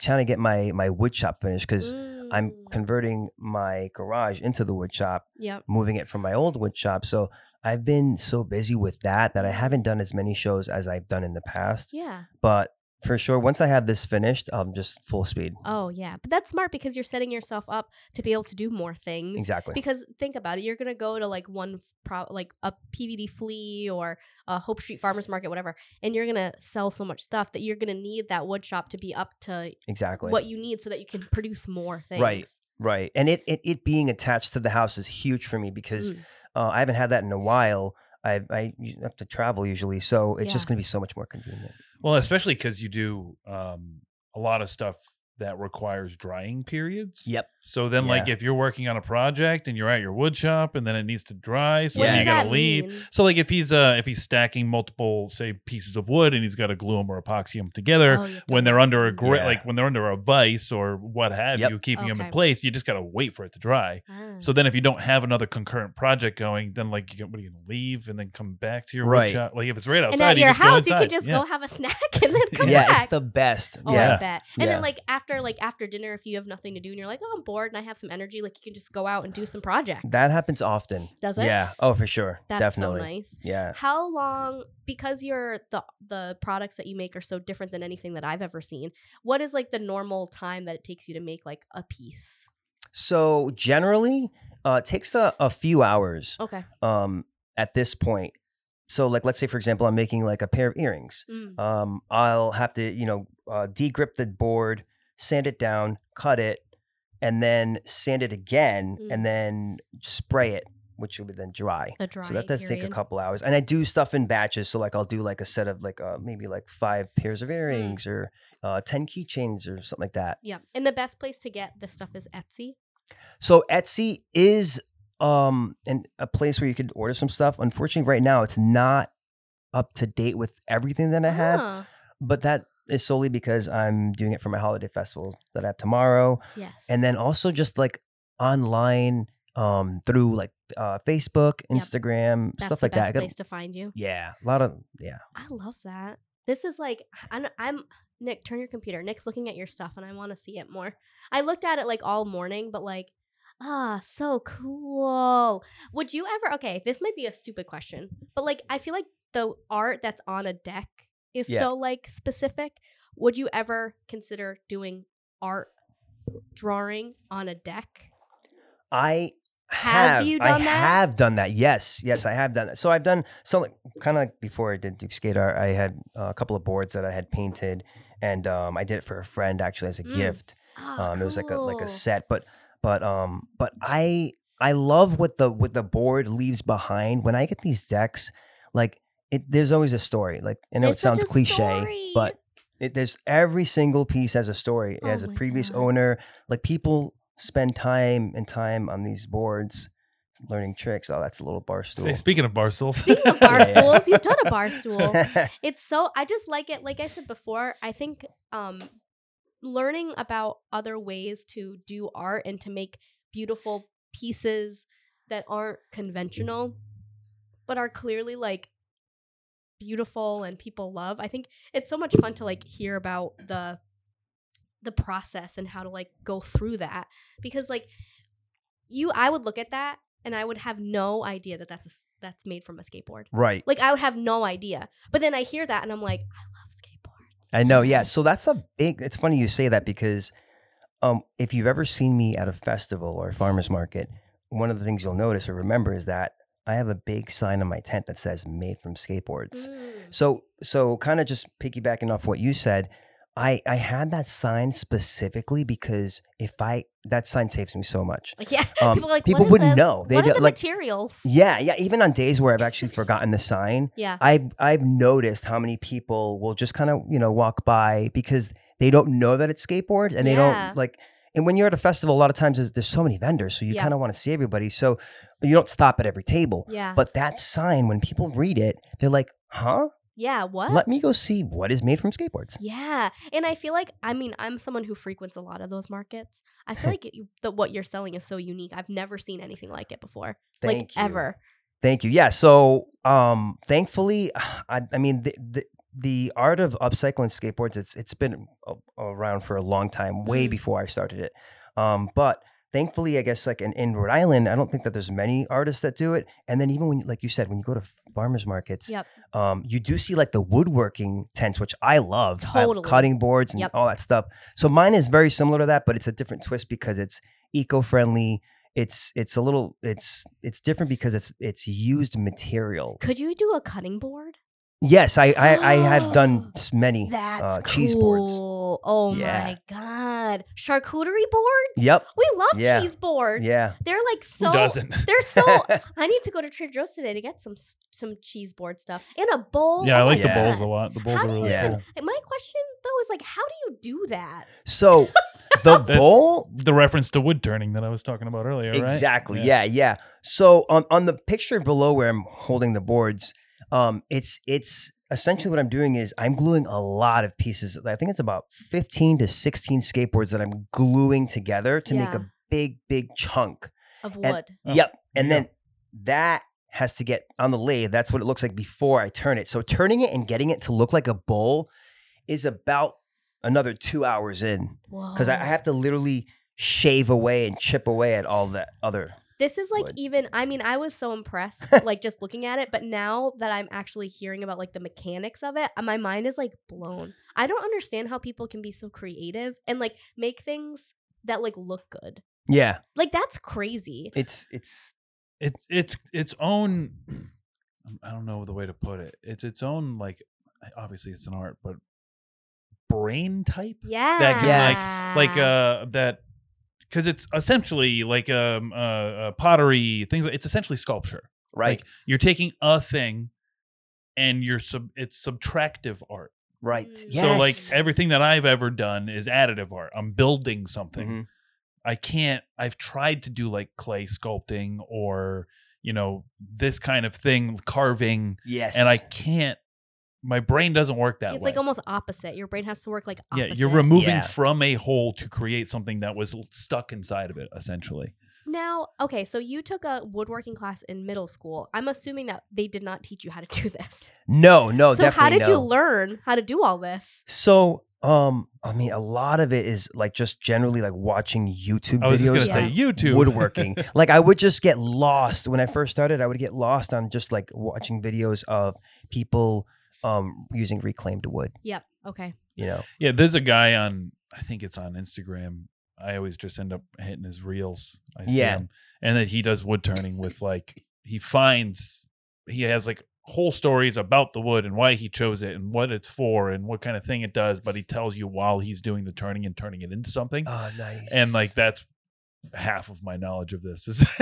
trying to get my my wood shop finished because I'm converting my garage into the wood shop,
Mm, Yep.
moving it from my old wood shop. So I've been so busy with that that I haven't done as many shows as I've done in the past.
Yeah.
But for sure, once I have this finished, I'm just full speed.
Oh, yeah. But that's smart because you're setting yourself up to be able to do more things.
Exactly.
Because think about it, you're gonna go to like one f- pro- like a PVD flea or a Hope Street Farmers Market, whatever, and you're gonna sell so much stuff that you're gonna need that wood shop to be up to
exactly.
what you need so that you can produce more things.
Right. Right. And it, it it being attached to the house is huge for me because
Mm.
uh, I haven't had that in a while. I I u- have to travel usually, so it's just
Yeah.
going to be so much more convenient.
Well, especially because you do um, a lot of stuff that requires drying periods.
Yep.
So then, like,
Yeah.
if you're working on a project and you're at your wood shop and then it needs to dry, so
What
Yeah.
then
does
you gotta
that
leave.
mean?
So like, if he's uh, if he's stacking multiple, say, pieces of wood and he's got to glue them or epoxy them together.
Oh, you have to
When they're
wait.
under a grit,
Yeah.
like when they're under a vice or what have
Yep.
you, keeping them in
Okay.
place, you just gotta wait for it to dry.
Ah.
So then, if you don't have another concurrent project going, then like, you, what are you gonna leave and then come back to your
Right.
wood shop? Like, if it's right
and
outside,
at your
you just
house,
go
you can
inside.
just
Yeah.
go have a snack and then come
Yeah,
back.
it's the best.
Oh,
yeah.
I bet. And
Yeah.
then like after like after dinner, if you have nothing to do and you're like, oh, I'm bored and I have some energy, like you can just go out and do some projects.
That happens often.
does it.
Yeah. Oh, for sure.
that's
Definitely.
so nice.
Yeah.
How long? Because your the the products that you make are so different than anything that I've ever seen. What is like the normal time that it takes you to make like a piece?
So generally, uh, it takes a, a few hours
Okay.
um, at this point. So, like, let's say for example, I'm making like a pair of earrings.
Mm.
Um, I'll have to, you know, uh, degrip the board, sand it down, cut it, and then sand it again,
Mm.
and then spray it, which would then dry.
The drying.
So that does take a
period.
couple hours, and I do stuff in batches. So like I'll do like a set of like uh, maybe like five pairs
Mm.
of earrings or uh, ten keychains or something like that.
Yeah. And the best place to get this stuff is Etsy.
So Etsy is um an, a place where you could order some stuff. Unfortunately, right now it's not up to date with everything that I have,
Ah,
but that is solely because I'm doing it for my holiday festivals that I have tomorrow,
yes.
and then also just like online um through like uh, Facebook,
Yep.
Instagram,
That's
stuff
the
like
best
that. I got-
place to find you.
yeah, a lot of yeah.
I love that. This is like I'm, I'm Nick. Turn your computer. Nick's looking at your stuff, and I want to see it more. I looked at it like all morning, but like, ah, so cool. Would you ever? Okay, this might be a stupid question, but like, I feel like the art that's on a deck is
Yeah.
so like specific. Would you ever consider doing art drawing on a deck?
I
Have
have,
you
I
done that?
have done that. Yes, yes, I have done that. So I've done so like, kind of like before I did Duke Skate Art, I had uh, a couple of boards that I had painted, and um, I did it for a friend actually as a
Mm.
gift. Um,
Ah,
It was like a like
cool.
a set, but but um but I I love what the what the board leaves behind when I get these decks. Like it, there's always a story. Like I know
There's
it
such
sounds
a
cliche,
story.
but it, there's every single piece has a story
Oh
as a
my
previous
God.
owner like people spend time and time on these boards learning tricks oh that's a little bar stool
Say, speaking of bar stools,
Speaking of bar
Yeah, yeah.
stools, you've done a bar stool. it's so i just like it like i said before i think um learning about other ways to do art and to make beautiful pieces that aren't conventional but are clearly like beautiful and people love i think it's so much fun to like hear about the the process and how to like go through that because like you i would look at that and i would have no idea that that's a, s- that's made from a skateboard
right
like I would have no idea. But then I hear that and I'm like, I love skateboards.
i know
Mm.
yeah so that's a big it's funny you say that because um if you've ever seen me at a festival or a farmers market one of the things you'll notice or remember is that i have a big sign on my tent that says made from skateboards
Mm.
So so kind of just piggybacking off what you said, I I had that sign specifically because if I that sign saves me so much.
Like, Yeah,
Um,
people are like
people
"What is
wouldn't
this?
know. They
what are
don't-
the
like-
materials?
Yeah, yeah. Even on days where I've actually forgotten the sign,
Yeah,
I've I've noticed how many people will just kind of you know walk by because they don't know that it's skateboards and they
Yeah.
don't like. And when you're at a festival, a lot of times there's, there's so many vendors, so you
Yeah.
kind of want to see everybody. So you don't stop at every table.
yeah,
But that sign, when people read it, they're like, "Huh?
yeah. What?
Let me go see what is made from skateboards."
yeah, and I feel like I mean I'm someone who frequents a lot of those markets. I feel like it, the, what you're selling is so unique. I've never seen anything like it before, like
Thank you.
ever.
Thank you. Yeah. So, um, thankfully, I, I mean, the, the the art of upcycling skateboards it's it's been a, around for a long time, way
Mhm.
before I started it. Um, but thankfully, I guess like in, in Rhode Island, I don't think that there's many artists that do it. And then even when, like you said, when you go to farmers markets,
Yep.
um, you do see like the woodworking tents, which I love. I have
Totally.
cutting boards and
Yep.
all that stuff. So mine is very similar to that, but it's a different twist because it's eco-friendly. It's it's a little it's it's different because it's it's used material.
Could you do a cutting board?
Yes, I I, I have done s- many.
That's
uh,
cool.
cheese boards.
Oh
Yeah.
my god, charcuterie board.
Yep.
We love
Yeah.
cheese boards.
Yeah.
They're like
Who
so.
doesn't?
They're so. I need to go to Trader Joe's today to get some s- some cheese board stuff in a bowl.
Yeah, I
Oh my
like
Yeah.
the
God.
bowls a lot. The bowls
How
are
do
really
you-
cool.
And My question though is like, how do you do that?
so the
That's-
bowl
The reference to wood turning that I was talking about earlier, right?
Exactly. Yeah. yeah, So on on the picture below where I'm holding the boards, um, it's it's essentially what I'm doing is I'm gluing a lot of pieces. I think it's about 15 to 16 skateboards that I'm gluing together to make
Yeah.
a big big chunk.
Of
And-
wood.
Oh,
yep. And
yeah.
then that has to get on the lathe. That's what it looks like before I turn it. So turning it and getting it to look like a bowl is about another two hours in because I I
Whoa.
have to literally shave away and chip away at all that other
This is like
wood.
even I mean I was so impressed like just looking at it but now that I'm actually hearing about like the mechanics of it uh, my mind is like blown. I don't understand how people can be so creative and like make things that like look good.
yeah
Like that's crazy.
It's it's
It's it's its own. um, I don't know the way to put it. It's its own like. Obviously, it's an art, but brain type
Yeah.
that can
Yes.
like like uh that because it's essentially like um uh, uh pottery things. It's essentially sculpture.
right,
Like, you're taking a thing, and you're sub. It's subtractive art.
right.
Mm.
So like
Yes.
everything that I've ever done is additive art. I'm building something.
Mhm.
I can't. I've tried to do like clay sculpting or you know this kind of thing, carving,
yes,
and I can't. My brain doesn't work that
it's
way.
like almost opposite. Your brain has to work like
yeah,
opposite.
you're removing
Yeah.
from a hole to create something that was l- stuck inside of it, essentially.
Now, okay, so you took a woodworking class in middle school. I'm assuming that they did not teach you how to do this.
no, no,
so
definitely
how did
no.
you learn how to do all this?
So um, I mean, a lot of it is like just generally like watching YouTube
I was just
videos.
gonna
of
say YouTube
Woodworking. like I would just get lost when I first started. I would get lost on just like watching videos of people um using reclaimed wood.
Yep. Okay.
You know,
Yeah, there's a guy on I think it's on Instagram. I always just end up hitting his reels. I see
Yeah.
him. And that he does wood turning with like he finds he has like whole stories about the wood and why he chose it and what it's for and what kind of thing it does, but he tells you while he's doing the turning and turning it into something.
oh nice.
and like that's half of my knowledge of this is,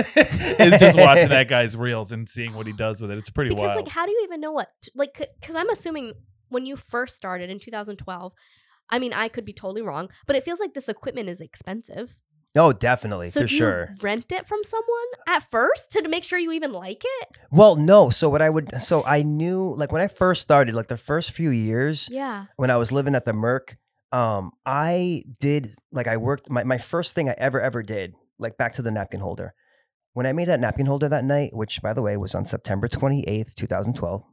is just watching that guy's reels and seeing what he does with it. It's pretty
because
wild.
like how do you even know what t- like because i'm assuming when you first started in 2012 i mean i could be totally wrong but it feels like this equipment is expensive
Oh,
No, definitely
so
for
do
sure.
you rent it from someone at first to make sure you even like it
Well, no. So what I would, so I knew like when I first started, like the first few years,
yeah
when I was living at the Merck, um, I did like I worked my, my first thing I ever ever did, like back to the napkin holder. When I made that napkin holder that night, which by the way was on September 28th, 2012,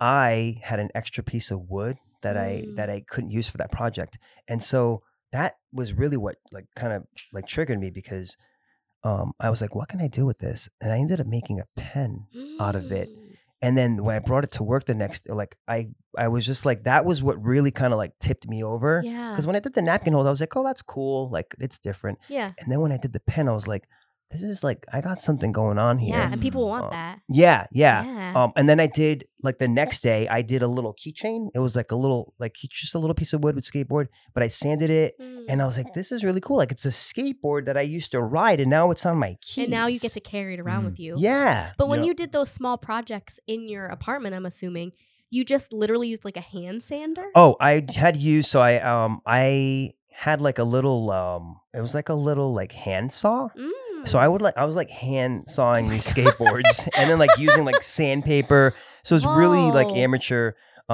I had an extra piece of wood that I
Mm.
that I couldn't use for that project. And so that was really what like kind of like triggered me because um, I was like, what can I do with this? And I ended up making a pen out of it.
Mm.
and then when I brought it to work the next, like I, I was just like, that was what really kind of like tipped me over.
yeah
Because when I did the napkin hold, I was like, oh, that's cool, like it's different.
yeah
And then when I did the pen, I was like, this is like I got something going on here.
yeah and people
Mm,
want
um,
that
Yeah, yeah.
yeah
Um, and then I did like the next day, I did a little keychain. It was like a little, like key- just a little piece of wood with skateboard, but I sanded it.
Mm.
And I was like, this is really cool. Like it's a skateboard that I used to ride, and now it's on my keys.
And now you get to carry it
Mm-hmm.
around
Mm.
with you
Yeah.
but when
Yep.
you did those small projects in your apartment i'm assuming you just literally used like a hand sander
Oh, I had used so I um I had like a little um it was like a little like hand saw.
Mm.
So I would like I was like hand sawing
Oh my
these
God.
skateboards and then like using like sandpaper. So it's really like
Whoa.
amateur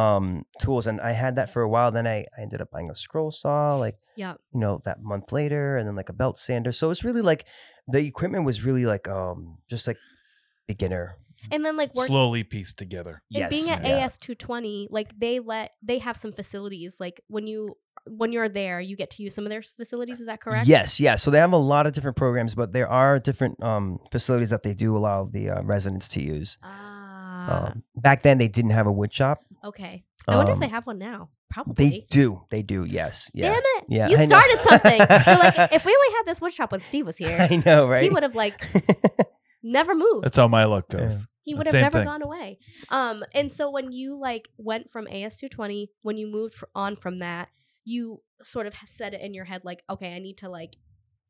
um tools and I had that for a while. Then I, I ended up buying a scroll saw like
Yep.
you know that month later and then like a belt sander. So it's really like the equipment was really like um just like beginner.
and then like work
slowly pieced together.
And being
Yes,
at
yeah.
AS two twenty, like they let they have some facilities. Like when you when you're there, you get to use some of their facilities. Is that correct?
Yes, yeah. So they have a lot of different programs, but there are different um, facilities that they do allow the uh, residents to use.
Ah,
Um, back then, they didn't have a wood shop.
okay. I wonder if they
um,
have one now. Probably.
They do. They do. Yes. Yeah.
Damn it!
Yeah,
you
I know.
started something. You're like, if we only had this wood shop when Steve was here,
I know, right?
he would have like never moved.
That's how my luck
Yeah.
goes.
He
The
would have
same
never
thing.
gone away. Um, and so when you like went from AS220, when you moved fr- on from that, you sort of said it in your head, like, okay, I need to like,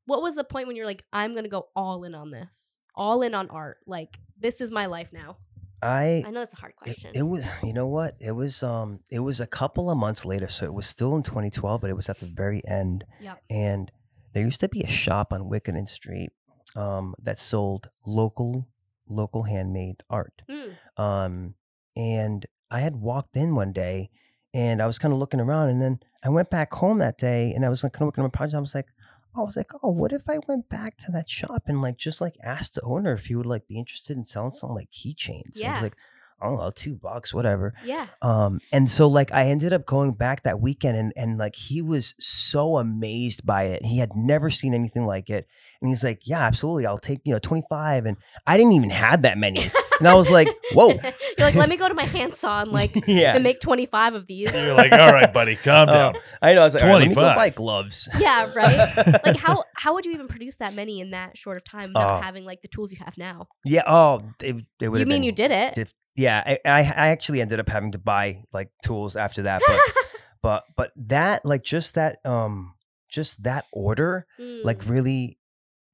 what was the point when you're like, I'm gonna go all in on this, all in on art, like this is my life now.
I
I know that's a hard
It,
question.
it was, you know what? It was, um, it was a couple of months later, so it was still in 2012, but it was at the very end.
Yep.
And there used to be a shop on Wickenden Street, um, that sold local, local handmade art.
Mm,
Um, and I had walked in one day, and I was kind of looking around, and then I went back home that day, and I was kind of looking at my project. I was like, I was like, oh, what if I went back to that shop and like just like asked the owner if he would like be interested in selling some like keychains? So I
Yeah.
was like, I don't know, two bucks, whatever.
yeah.
Um, and so like I ended up going back that weekend and and like he was so amazed by it. He had never seen anything like it. And he's like, Yeah, absolutely, I'll take, you know, 25. And I didn't even have that many. And I was like, Whoa.
You're like, let me go to my handsaw and like
yeah.
and make 25 of these.
You're like, all right, buddy, calm
Oh,
down.
I know. I was like, 25.
25.
buy gloves.
Yeah, right. like how how would you even produce that many in that short of time without
Oh.
having like the tools you have now?
Yeah. Oh, it, it would
You
have
mean
been
you did it?
diff- yeah. I, I, I actually ended up having to buy like tools after that. But, but, but that, like, just that, um, just that order, like,
Mm,
really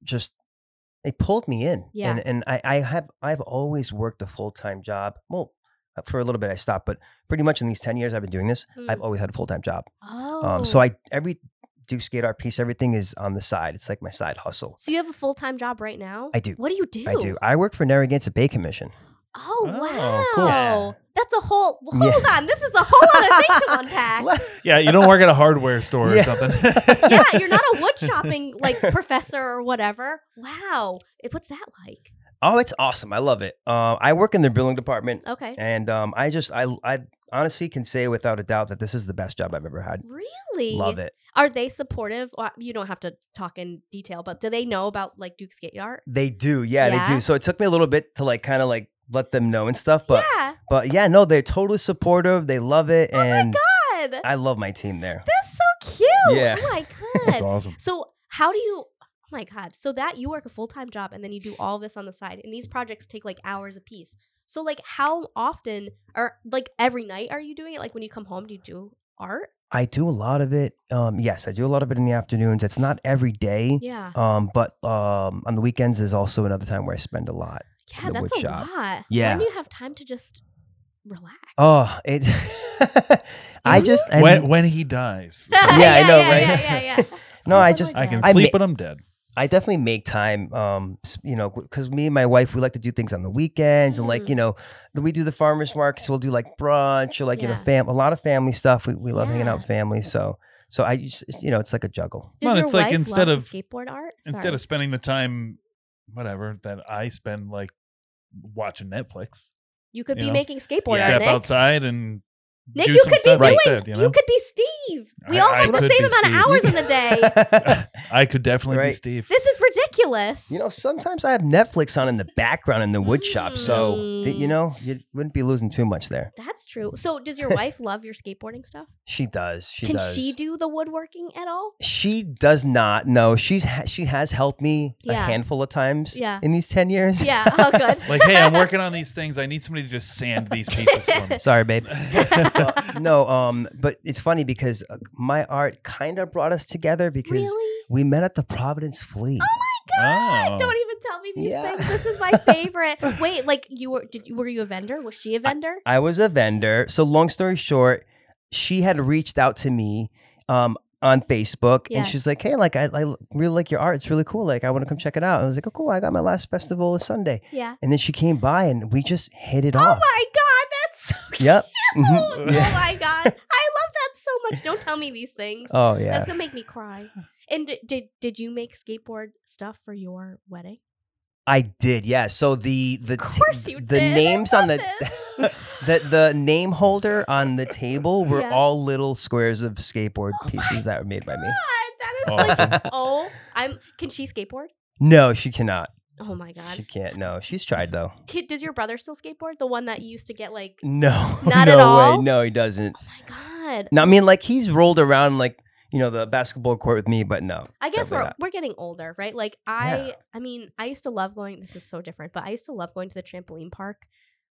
just, it pulled me in.
Yeah.
And, and I, I have, I've always worked a full time job. Well, uh, for a little bit, I stopped, but pretty much in these 10 years I've been doing this, I've
mm.
always had a full time job.
oh.
Um, so I, every Duke Skate Art piece, everything is on the side. It's like my side hustle.
So you have a full time job right now?
I do.
What do you do?
I do. I work for Narragansett Bay Commission.
Oh,
Oh,
wow.
cool.
Yeah.
That's a whole well,
Yeah.
hold on. This is a whole other thing to unpack.
Yeah, you don't work at a hardware store
Yeah.
or something.
yeah, you're not a wood shopping like professor or whatever. Wow. It- What's that like?
oh, it's awesome. I love it. Uh, I work in their building department,
Okay.
and um, I just I I honestly can say without a doubt that this is the best job I've ever had.
Really?
Love it.
Are they supportive? Well, you don't have to talk in detail, but do they know about like Duke's Skate Art?
They do, yeah, they
Yeah?
do. So it took me a little bit to like kind of like let them know and stuff, but
yeah. Oh
but yeah, no, they're totally supportive. They love it, and
God.
I love my team there.
That's so cute.
Yeah.
Oh my
That's
god.
awesome.
So how do you? Oh my god. So that you work a full time job and then you do all this on the side, and these projects take like hours a piece. So like, how often or like every night are you doing it? Like when you come home, do you do art?
I do a lot of it. Um, yes, I do a lot of it in the afternoons. It's not every day.
Yeah.
Um, but um, on the weekends is also another time where I spend a lot.
Yeah,
the
that's a
wood shop.
lot.
Yeah.
When do you have time to just relax?
Oh, it. I
Dude.
just I
when
mean,
when he dies,
I know,
yeah,
right?
Yeah, yeah, yeah.
No, I
Someone
just-
I
like
can
that.
I
sleep,
ma-
but I'm dead.
I definitely make time. Um, s- you know, because me and my wife we like to do things on the weekends and like
Mm.
you know th- we do the farmers markets. We'll do like brunch or like you know
Yeah.
fam a lot of family stuff. We we love hanging out
Yeah.
with family. So so I just you know it's like a juggle.
Does
Well,
your
it's like
wife
instead
love
of-
the skateboard art.
Instead
Sorry.
of spending the time, whatever that I spend like watching Netflix,
you could
you
be
know,
making skateboard
Yeah.
step
art. Nick.
outside and
Nick,
do
you
some
could be
stuff
doing.
instead. You know,
could be Steve. We
I-
all
I
have the
could
same
be
amount
Steve.
of hours in the day.
I could definitely be
Right.
Steve.
This is ridiculous.
you know, sometimes I have Netflix on in the background in the wood shop. So th- you
Mm.
know you wouldn't be losing too much there.
that's true. So, does your wife love your skateboarding stuff?
She does. She
Can
does.
she do the woodworking at all?
She does not. No, she's ha- she has helped me
Yeah.
a handful of times.
Yeah.
In these ten years.
Yeah. Oh, good.
Like, hey, I'm working on these things. I need somebody to just sand these pieces for me.
Sorry, babe. Uh, no, um, but it's funny because uh, my art kind of brought us together because
really?
we met at the Providence Flea.
God,
Oh.
don't even tell me these
Yeah.
things. This is my favorite. Wait, like you were? Did you, were you a vendor? Was she a vendor?
I was a vendor. So long story short, she had reached out to me um, on Facebook,
Yeah.
and she's like, "Hey, like I, I really like your art. It's really cool. Like I want to come check it out." And I was like, "Oh, cool. I got my last festival this Sunday."
yeah.
And then she came by, and we just hit it
Oh
off.
my God, that's so cute.
Yep.
Oh
Mhm. Yeah.
my God, I love that so much. Don't tell me these things.
Oh yeah.
That's gonna make me cry. And d- did did you make skateboard stuff for your wedding?
I did, yeah. So the the
Of course you
the
did. I
names on
love
the
this.
the the name holder on the table were
Yeah. Oh
all little squares of skateboard pieces that were made by me.
God, that is like
Awesome.
oh, I'm. Can she skateboard?
No, she cannot.
Oh my
She
god.
can't. No, she's tried though.
Kid, does your brother still skateboard? The one that you used to get like.
No,
Not
no
at
way.
all?
No, he doesn't.
Oh my god.
No, I mean like he's rolled around like you know the basketball court with me, but no.
I guess
definitely
we're
not.
we're getting older, right? Like I,
Yeah.
I mean, I used to love going. This is so different, but I used to love going to the trampoline park,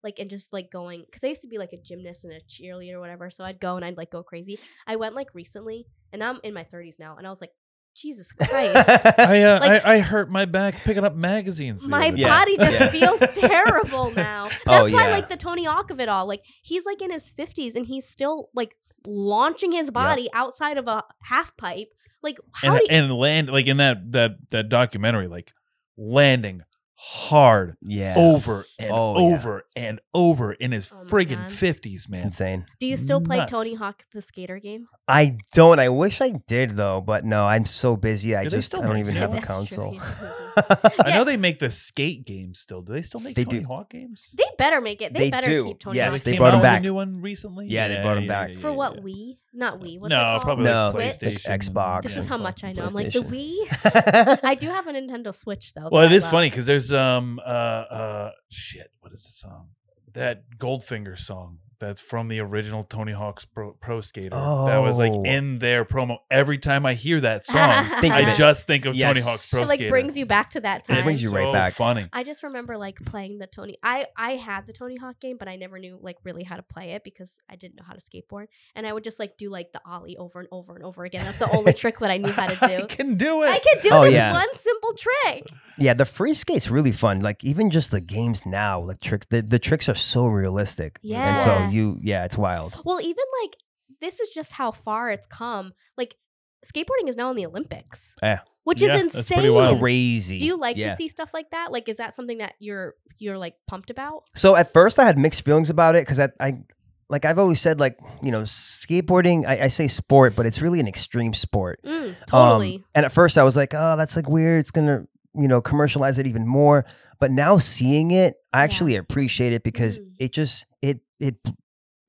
like and just like going because I used to be like a gymnast and a cheerleader or whatever. So I'd go and I'd like go crazy. I went like recently, and I'm in my 30s now, and I was like, Jesus Christ.
I, uh,
Like-
I I hurt my back picking up magazines. the
my
other day.
Yeah.
body just
Yeah.
feels terrible now. That's
Oh,
why,
yeah.
like the Tony Hawk of it all, like he's like in his fifties and he's still like launching his body outside of a half pipe. Like how
and
do you?
and land like in that that that documentary, like landing hard
yeah,
over and
Oh, yeah.
over and over in his
Oh my
friggin'
God.
fifties, man.
insane.
Do you still play
nuts.
Tony Hawk the skater game?
I don't. I wish I did though, but no, I'm so busy. I
Do they
just
still
I don't
make
even
Yeah,
have a
that's true.
console.
I
Yeah.
know they make the skate games still. Do they still make
They
Tony
do.
Hawk games?
They better make it. They,
They
better
do.
keep Tony
Yes,
Oh,
Hawk.
they
came
brought
out
'em
with a
back.
new one recently.
Yeah, they brought 'em back.
For
yeah,
what
yeah.
we? Not we. What's it
no,
called?
probably
No.
like
Switch.
PlayStation,
Like Xbox.
This is how much I know. I'm like the Wii. I do have a Nintendo Switch though.
Well,
that
it
I
is
love.
funny because there's um uh uh shit. What is the song? That Goldfinger song that's from the original Tony Hawk's Pro, Pro Skater. That was like
Oh.
in their promo. Every time I hear that song,
Think
I
of it.
just think of Tony
Yes.
Hawk's Pro
It like
Skater.
brings you back to that time.
It
brings you right
so
back.
Funny.
I just remember like playing the Tony. I I had the Tony Hawk game, but I never knew like really how to play it because I didn't know how to skateboard. And I would just like do like the ollie over and over and over again. That's the only trick that I knew how to
I
do.
can do
I
it.
can do
Oh,
this
yeah.
one simple trick.
yeah, the free skate's really fun. Like even just the games now, like tricks. The, the tricks are so realistic. And so
Yeah.
you, yeah, it's wild.
Well, even like this is just how far it's come. Like skateboarding is now in the Olympics.
Yeah.
Which
Yeah,
is
that's
insane.
pretty wild.
Crazy.
Do you like
yeah.
to see stuff like that? Like, is that something that you're you're like pumped about?
So at first I had mixed feelings about it because I, I, like I've always said, like you know, skateboarding. I, I say sport, but it's really an extreme sport.
Mm,
Um,
totally.
and at first I was like, oh, that's like weird. It's gonna you know commercialize it even more. But now seeing it, I
Yeah.
actually appreciate it because
Mhm.
it just it it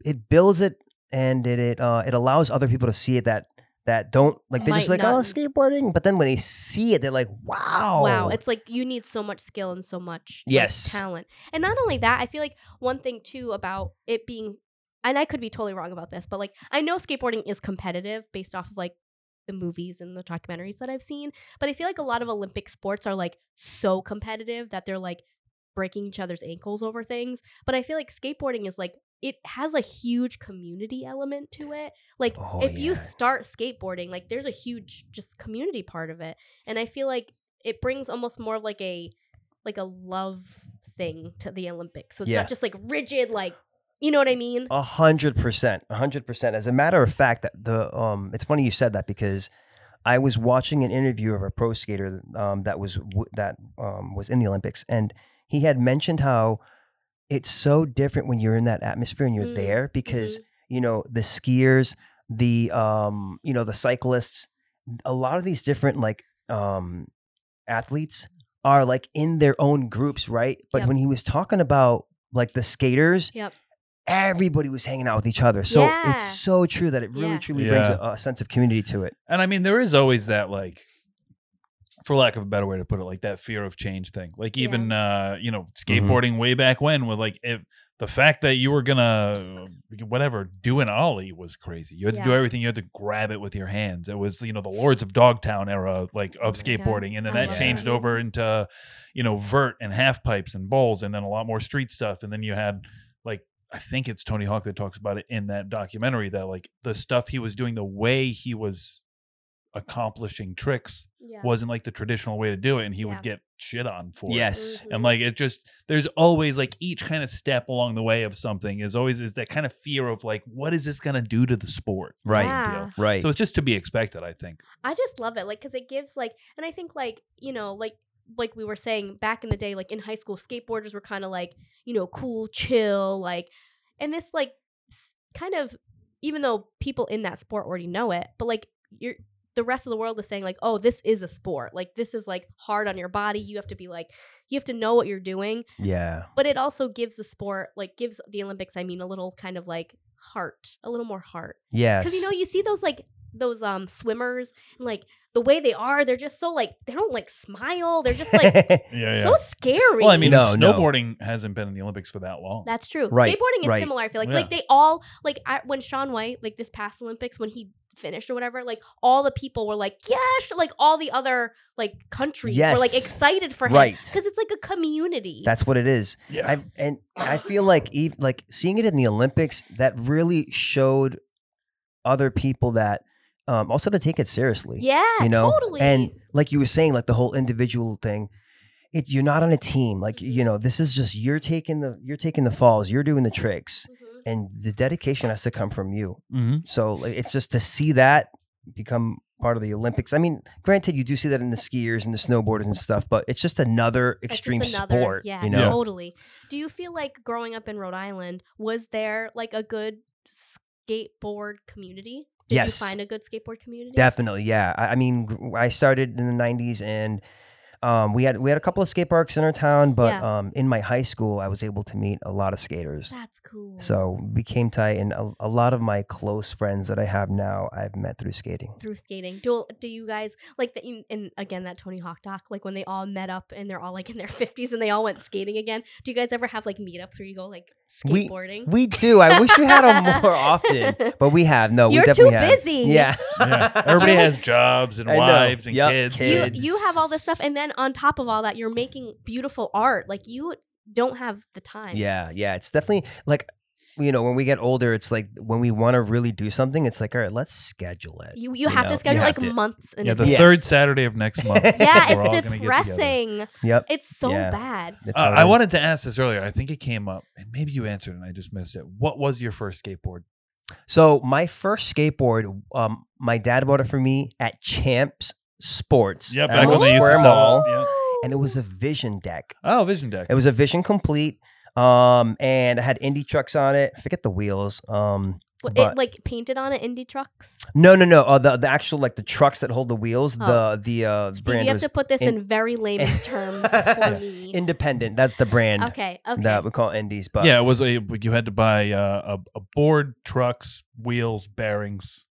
it builds it and it it uh, it allows other people to see it that that don't like they're just
Might
like oh
not-
skateboarding, but then when they see it, they're like wow
Wow, it's like you need so much skill and so much like,
Yes.
talent. And not only that, I feel like one thing too about it being and I could be totally wrong about this, but like I know skateboarding is competitive based off of like the movies and the documentaries that I've seen, but I feel like a lot of Olympic sports are like so competitive that they're like breaking each other's ankles over things, but I feel like skateboarding is like it has a huge community element to it. Like
Oh,
if you
yeah.
start skateboarding, like there's a huge just community part of it. And I feel like it brings almost more of like a like a love thing to the Olympics. So it's
Yeah.
not just like rigid, like you know what I mean?
A hundred percent, a hundred percent. As a matter of fact, that the um, it's funny you said that because I was watching an interview of a pro skater um, that was w- that um, was in the Olympics, and he had mentioned how it's so different when you're in that atmosphere and you're
Mm,
there because you know the skiers, the um, you know the cyclists, a lot of these different like um, athletes are like in their own groups, right? But
Yep.
when he was talking about like the skaters
Yep.
everybody was hanging out with each other. So
Yeah.
it's so true that it really
Yeah.
truly brings
Yeah.
a, a sense of community to it.
And I mean, there is always that like, for lack of a better way to put it, like that fear of change thing. Like
Yeah.
even uh, you know,
Mm-hmm.
skateboarding way back when with like if the fact that you were gonna uh, whatever do an ollie was crazy. You had to do
Yeah.
everything. You had to grab it with your hands. It was you know the Lords of Dogtown era like of
Yeah.
skateboarding, and then
I
that
love
changed
that.
over into you know vert and half pipes and bowls, and then a lot more street stuff. And then you had like I think it's Tony Hawk that talks about it in that documentary that like the stuff he was doing, the way he was accomplishing tricks
Yeah.
wasn't like the traditional way to do it, and he
Yeah.
would get shit on for it.
Yes.
Mhm.
And like it just there's always like each kind of step along the way of something is always is that kind of fear of like what is this gonna do to the sport?
Right.
Yeah.
Right.
So it's just to be expected, I think.
I just love it, like, because it gives like, and I think like, you know, like, like we were saying back in the day, like in high school, skateboarders were kind of like, you know, cool, chill, like, and this like, s- kind of, even though people in that sport already know it, but like you're the rest of the world is saying like, oh, this is a sport. Like this is like hard on your body. You have to be like, you have to know what you're doing.
Yeah.
But it also gives the sport like gives the Olympics. I mean, a little kind of like heart, a little more heart.
Yes.
Because you know you see those like those um swimmers and like the way they are, they're just so like they don't like smile. They're just like
Yeah, yeah.
so scary.
well, I mean,
No, no.
snowboarding hasn't been in the Olympics for that long.
That's true.
Right,
Skateboarding is
right.
similar. I feel like
Yeah.
like they all like I, when Sean White like this past Olympics when he finished or whatever like all the people were like yes like all the other like countries were like
Yes.
excited for him
Right.
because it's like a community.
That's what it is.
yeah.
I and I feel like even like seeing it in the Olympics that really showed other people that um, also to take it seriously.
yeah,
you know,
totally. Mm-hmm.
and like you were saying, like the whole individual thing. It, you're not on a team, like you know. This is just you're taking the you're taking the falls, you're doing the tricks,
Mhm.
and the dedication has to come from you.
Mhm.
So like, it's just to see that become part of the Olympics. I mean, granted, you do see that in the skiers and the snowboarders and stuff, but it's just another
That's
extreme
just another,
sport.
Yeah,
you know,
totally. Do you feel like growing up in Rhode Island was there like a good skateboard community? Did
Yes.
you find a good skateboard community?
definitely. Yeah, I, I mean, gr- I started in the '90s, and um, we had we had a couple of skate parks in our town, but
Yeah.
um, in my high school, I was able to meet a lot of skaters.
That's cool.
So became tight, and a, a lot of my close friends that I have now, I've met through skating.
through skating. Do do you guys like that? you- And again, that Tony Hawk doc, like when they all met up and they're all like in their fifties and they all went skating again. Do you guys ever have like meetups where you go like
We-
skateboarding?
We do. I wish we had them more often, but we have. No,
You're
we
too
definitely have.
busy.
Yeah.
Yeah. Everybody
You're
has jobs and
I know.
wives and
Yup,
kids.
you
kids.
you have all this stuff, and then on top of all that, you're making beautiful art. Like you don't have the time.
Yeah, yeah. It's definitely like you know, when we get older, it's like when we want to really do something, it's like, all right, let's schedule it.
You you have
know,
to
you
schedule
have
like
to-
months in
yeah, the
advance.
Yes.
third Saturday of next month.
Yeah,
we're all
it's
gonna get together.
depressing.
Yep.
It's so
Yeah.
bad.
that's
Uh,
how it
I
is.
wanted to ask this earlier. I think it came up, and maybe you answered, and I just missed it. What was your first skateboard?
So my first skateboard, um, my dad bought it for me at Champs Sports.
Yeah,
at
back
when they used to
Square
sell-
Mall,
yeah.
and it was a Vision deck.
Oh, Vision Deck.
It was a Vision Complete, um, and I had indie trucks on it. I forget the wheels. Um,
What- it
but-
like painted on it indie trucks.
no, no, no. Uh, the the actual like the trucks that hold the wheels.
Oh.
The the uh,
Steve,
brand
you have
was
to put this in,
in-
very layman's terms for me.
Independent. That's the brand
okay. Okay.
that we call indies. But
yeah, it was a you had to buy uh, a, a board, trucks, wheels, bearings.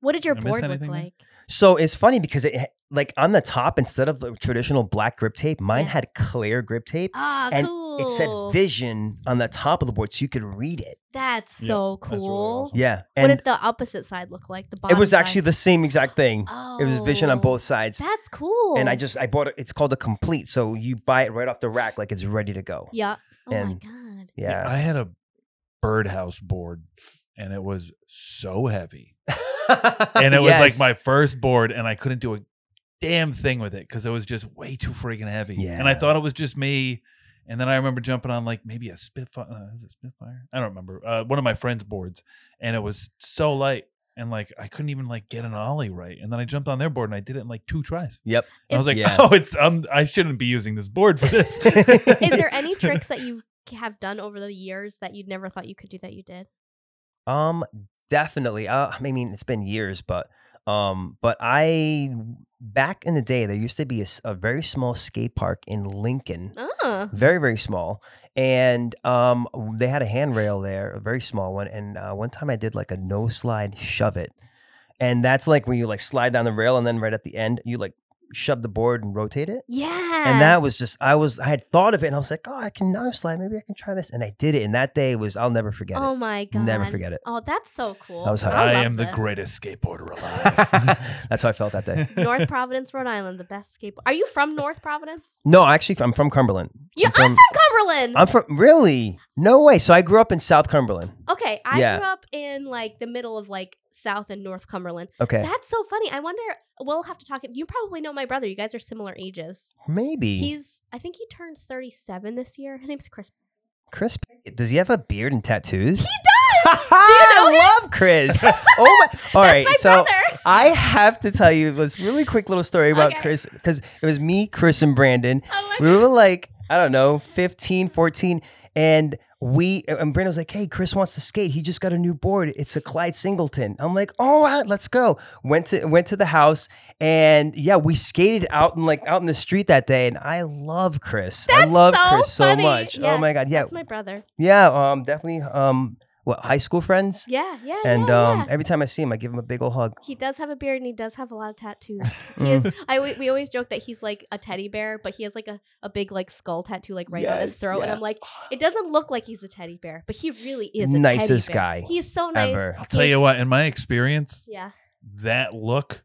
What did your
Did I miss
board look
anything there?
like?
So it's funny because it ha- like on the top instead of the traditional black grip tape, mine
Yeah.
had clear grip tape.
Ah,
and
cool.
It said Vision on the top of the board, so you could read it.
That's
Yeah,
so
that's really
cool.
awesome.
Yeah,
Oh. what
and
did the opposite side look like? The bottom.
it was actually
side?
the same exact thing.
Oh,
It was Vision on both sides,
That's cool.
and I just I bought it. It's called a complete, so you buy it right off the rack, like it's ready to go.
Yeah. Oh my
and-
god.
Yeah,
I had a birdhouse board, and it was so heavy, and it was like
Yes.
my first board, and I couldn't do a damn thing with it because it was just way too freaking heavy. and I
Yeah.
thought it was just me. And then I remember jumping on like maybe a Spitfire. Uh, is it Spitfire? I don't remember. Uh, one of my friends' boards, and it was so light, and like I couldn't even like get an ollie right. And then I jumped on their board, and I did it in like two tries.
Yep.
And I was like,
Yeah.
oh, it's um, I shouldn't be using this board for this.
Is there any tricks that you have done over the years that you'd never thought you could do that you did?
Um, definitely. Uh, I mean, it's been years, but um, but I back in the day there used to be a, s- a very small skate park in Lincoln,
Ah.
very very small, and um, they had a handrail there, a very small one, and uh, one time I did like a no slide shove it, and that's like when you like slide down the rail and then right at the end you like shove the board and rotate it.
Yeah.
And that was just I was I had thought of it and I was like, oh, I can no slide, maybe I can try this, and I did it. And that day was I'll never forget
Oh
it.
my god.
Never forget it.
Oh, that's so cool.
was hot.
I
love
am the
this.
greatest skateboarder alive.
That's how I felt that day.
North Providence, Rhode Island, the best skate. Are you from North Providence?
No, actually, I'm from Cumberland.
Yeah,
I'm from,
Cumberland.
I'm from really no way. So I grew up in South Cumberland.
okay, I
Yeah.
grew up in like the middle of like South and North Cumberland.
Okay,
That's so funny. I wonder. We'll have to talk. You probably know my brother. You guys are similar ages.
maybe
He's. I think he turned thirty-seven this year. His name's Chris.
Chris. Does he have a beard and tattoos? He does. I love Chris. oh my! All right,
My
so
brother.
I have to tell you this really quick little story about
Okay.
Chris because it was me, Chris, and Brandon.
Oh my
we were like i don't know 15 14 and we and Brandon was like, "Hey, Chris wants to skate. He just got a new board. It's a Clyde Singleton." I'm like, "All right, let's go." Went to went to the house, and yeah, we skated out in like out in the street that day. And I love Chris. I
That's
love
so
Chris
funny.
so much. oh my
Yes,
god, yeah,
That's my brother.
yeah. Um, definitely. Um, what high school friends?
Yeah, yeah.
and
yeah,
um,
yeah.
every time I see him, I give him a big old hug. Mm.
he does have a beard and he does have a lot of tattoos. He is. I alwa- we always joke that he's like a teddy bear, but he has like a, a big like skull tattoo like right on his
Yes,
throat, and
yeah.
I'm like, it doesn't look like he's a teddy bear, but he really is. A
Nicest
teddy bear.
guy
He is so nice.
ever.
I'll tell you what, in my experience,
Yeah,
that look.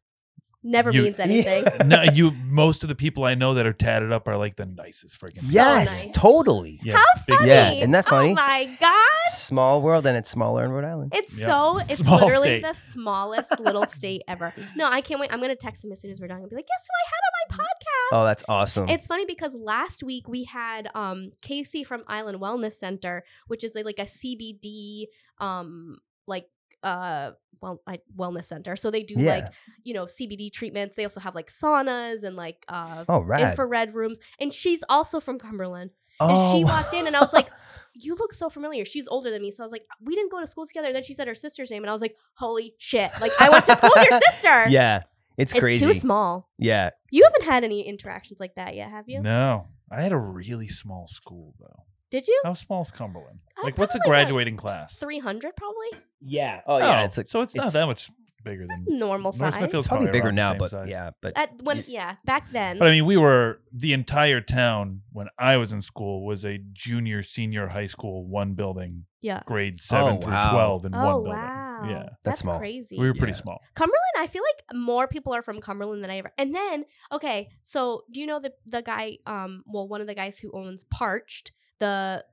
never
You-
means anything.
No, you. Most of the people I know that are tatted up are like the nicest freaking. people.
Yes,
nice.
totally.
Yeah,
How
big-
funny!
Yeah, isn't that
Oh
funny?
my god,
Small world, and it's smaller in Rhode Island.
it's
Yeah.
so it's
Small
literally
state.
the smallest little state ever. No, I can't wait. I'm gonna text him as soon as we're done and be like, guess who I had on my podcast?
Oh, that's awesome.
It's funny because last week we had um, Casey from Island Wellness Center, which is like, like a CBD, um, like uh, well, I, wellness center. So they do
yeah.
like you know CBD treatments. They also have like saunas and like uh,
oh, rad.
infrared rooms. And she's also from Cumberland.
oh,
And she walked in, and I was like. You look so familiar. She's older than me. So I was like, we didn't go to school together. And then she said her sister's name. And I was like, holy shit. Like, I went to school with your sister.
yeah, it's,
It's
crazy.
too small.
Yeah,
You haven't had any interactions like that yet, have you?
No, I had a really small school though.
Did you?
How small is Cumberland?
Uh,
Like, what's a
probably like a
graduating class?
300 probably
yeah. Oh, yeah. It's like
so it's, not
it's-
that much bigger than
normal
North
size
Smithfield's
it's probably bigger
around the
now,
same
but
size.
yeah, but
at when yeah back then
But I mean, we were the entire town when I was in school was a junior, senior high school, one building,
yeah
grade seven
Oh,
through
wow.
twelve in one
oh
building.
wow
Yeah,
That's small.
crazy
we were pretty
Yeah.
small.
cumberland i feel like more people are from cumberland than i ever and then okay so do you know the the guy um well one of the guys who owns parched the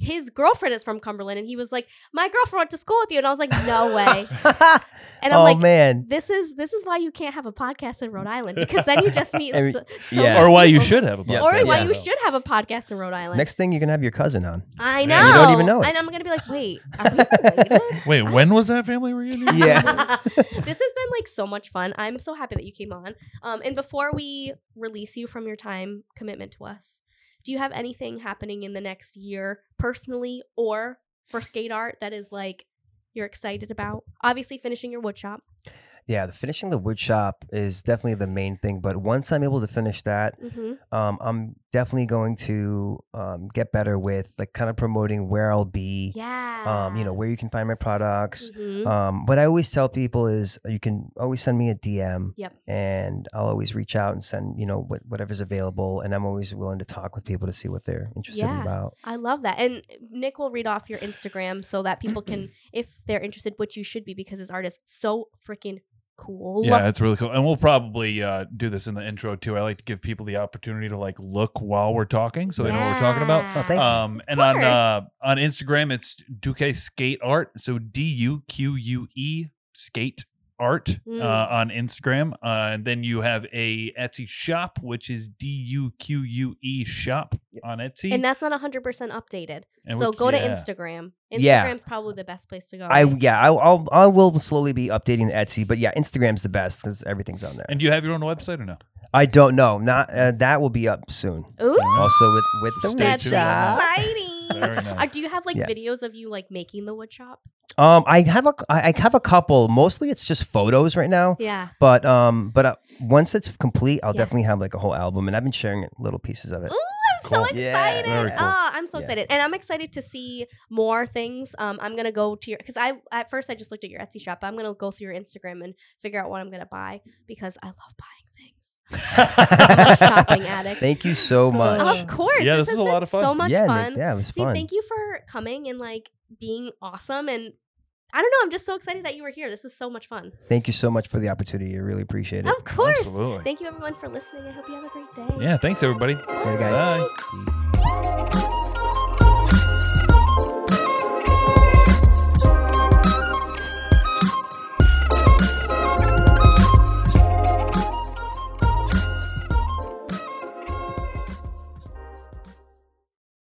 his girlfriend is from cumberland and he was like my girlfriend went to school with you and i was like no way and i'm
oh
like
man,
this is this is why you can't have a podcast in rhode island because then you just meet
I mean,
so, so
yeah.
many
Or why you
people.
should have a
Yeah,
podcast.
or why
Yeah.
you should have a podcast in Rhode Island.
next thing you can have your cousin on.
I know.
Yeah, you
don't even know it.
And I'm gonna be like, wait, are we related?
Wait, when was that family reunion?
Yeah.
this has been like so much fun. I'm so happy that you came on. Um, and before we release you from your time commitment to us, do you have anything happening in the next year personally or for skate art that is like you're excited about? Obviously, finishing your wood shop.
Yeah, the finishing the wood shop is definitely the main thing. But once I'm able to finish that,
Mm-hmm.
um, I'm definitely going to um, get better with like kind of promoting where I'll be,
Yeah.
um, you know, where you can find my products.
Mhm.
Um, what I always tell people is uh, you can always send me a DM.
Yep.
And I'll always reach out and send, you know, what, whatever's available. And I'm always willing to talk with people to see what they're interested
Yeah.
about.
I love that. And Nick will read off your Instagram so that people can, if they're interested, which you should be because his art is so freaking cool.
Yeah, it's really cool. And we'll probably uh, do this in the intro too. I like to give people the opportunity to like look while we're talking so they know what we're talking about.
Oh, thank you.
Um, and on
course.
uh, on Instagram, it's Duque Skate Art. So D U Q U E Skate Art
Mm.
uh, on Instagram. Uh, and then you have a Etsy shop, which is D U Q U E Shop on Etsy.
And that's not 100% updated.
And
so
we-
go to
yeah.
Instagram. Instagram's
Yeah.
probably the best place to go.
I
right?
yeah, I, I'll I will slowly be updating Etsy, but yeah, Instagram's the best because everything's on there.
And do you have your own website or no?
I don't know, not uh, that will be up soon.
Ooh,
Also with with
Stay
the wood
that's
tuned on
shop.
that.
exciting.
Very
Uh,
nice.
do you have like
Yeah.
videos of you like making the wood shop?
Um, I have a I I have a couple. Mostly it's just photos right now,
Yeah.
but um, but uh, once it's complete, I'll
Yeah.
definitely have like a whole album, and I've been sharing it, little pieces of it.
Ooh, I'm so
Cool.
excited.
Yeah.
Very cool.
Oh, I'm so
Yeah.
excited. And I'm excited to see more things. Um, I'm going to go to your, because I, at first I just looked at your Etsy shop, but I'm going to go through your Instagram and figure out what I'm going to buy because I love buying things. a shopping addict.
Thank you so much.
Of course.
Yeah, this
has
is a lot
been
of fun.
So much
yeah, Nick,
fun.
yeah, it was
Steve,
fun.
thank you for coming and like being awesome. And I don't know, I'm just so excited that you were here. This is so much fun.
Thank you so much for the opportunity. I really appreciate it.
Of course.
Absolutely.
Thank you everyone for listening. I hope you have a great day.
yeah, thanks everybody.
Bye.
Later,
Bye.
guys. Peace.
Bye.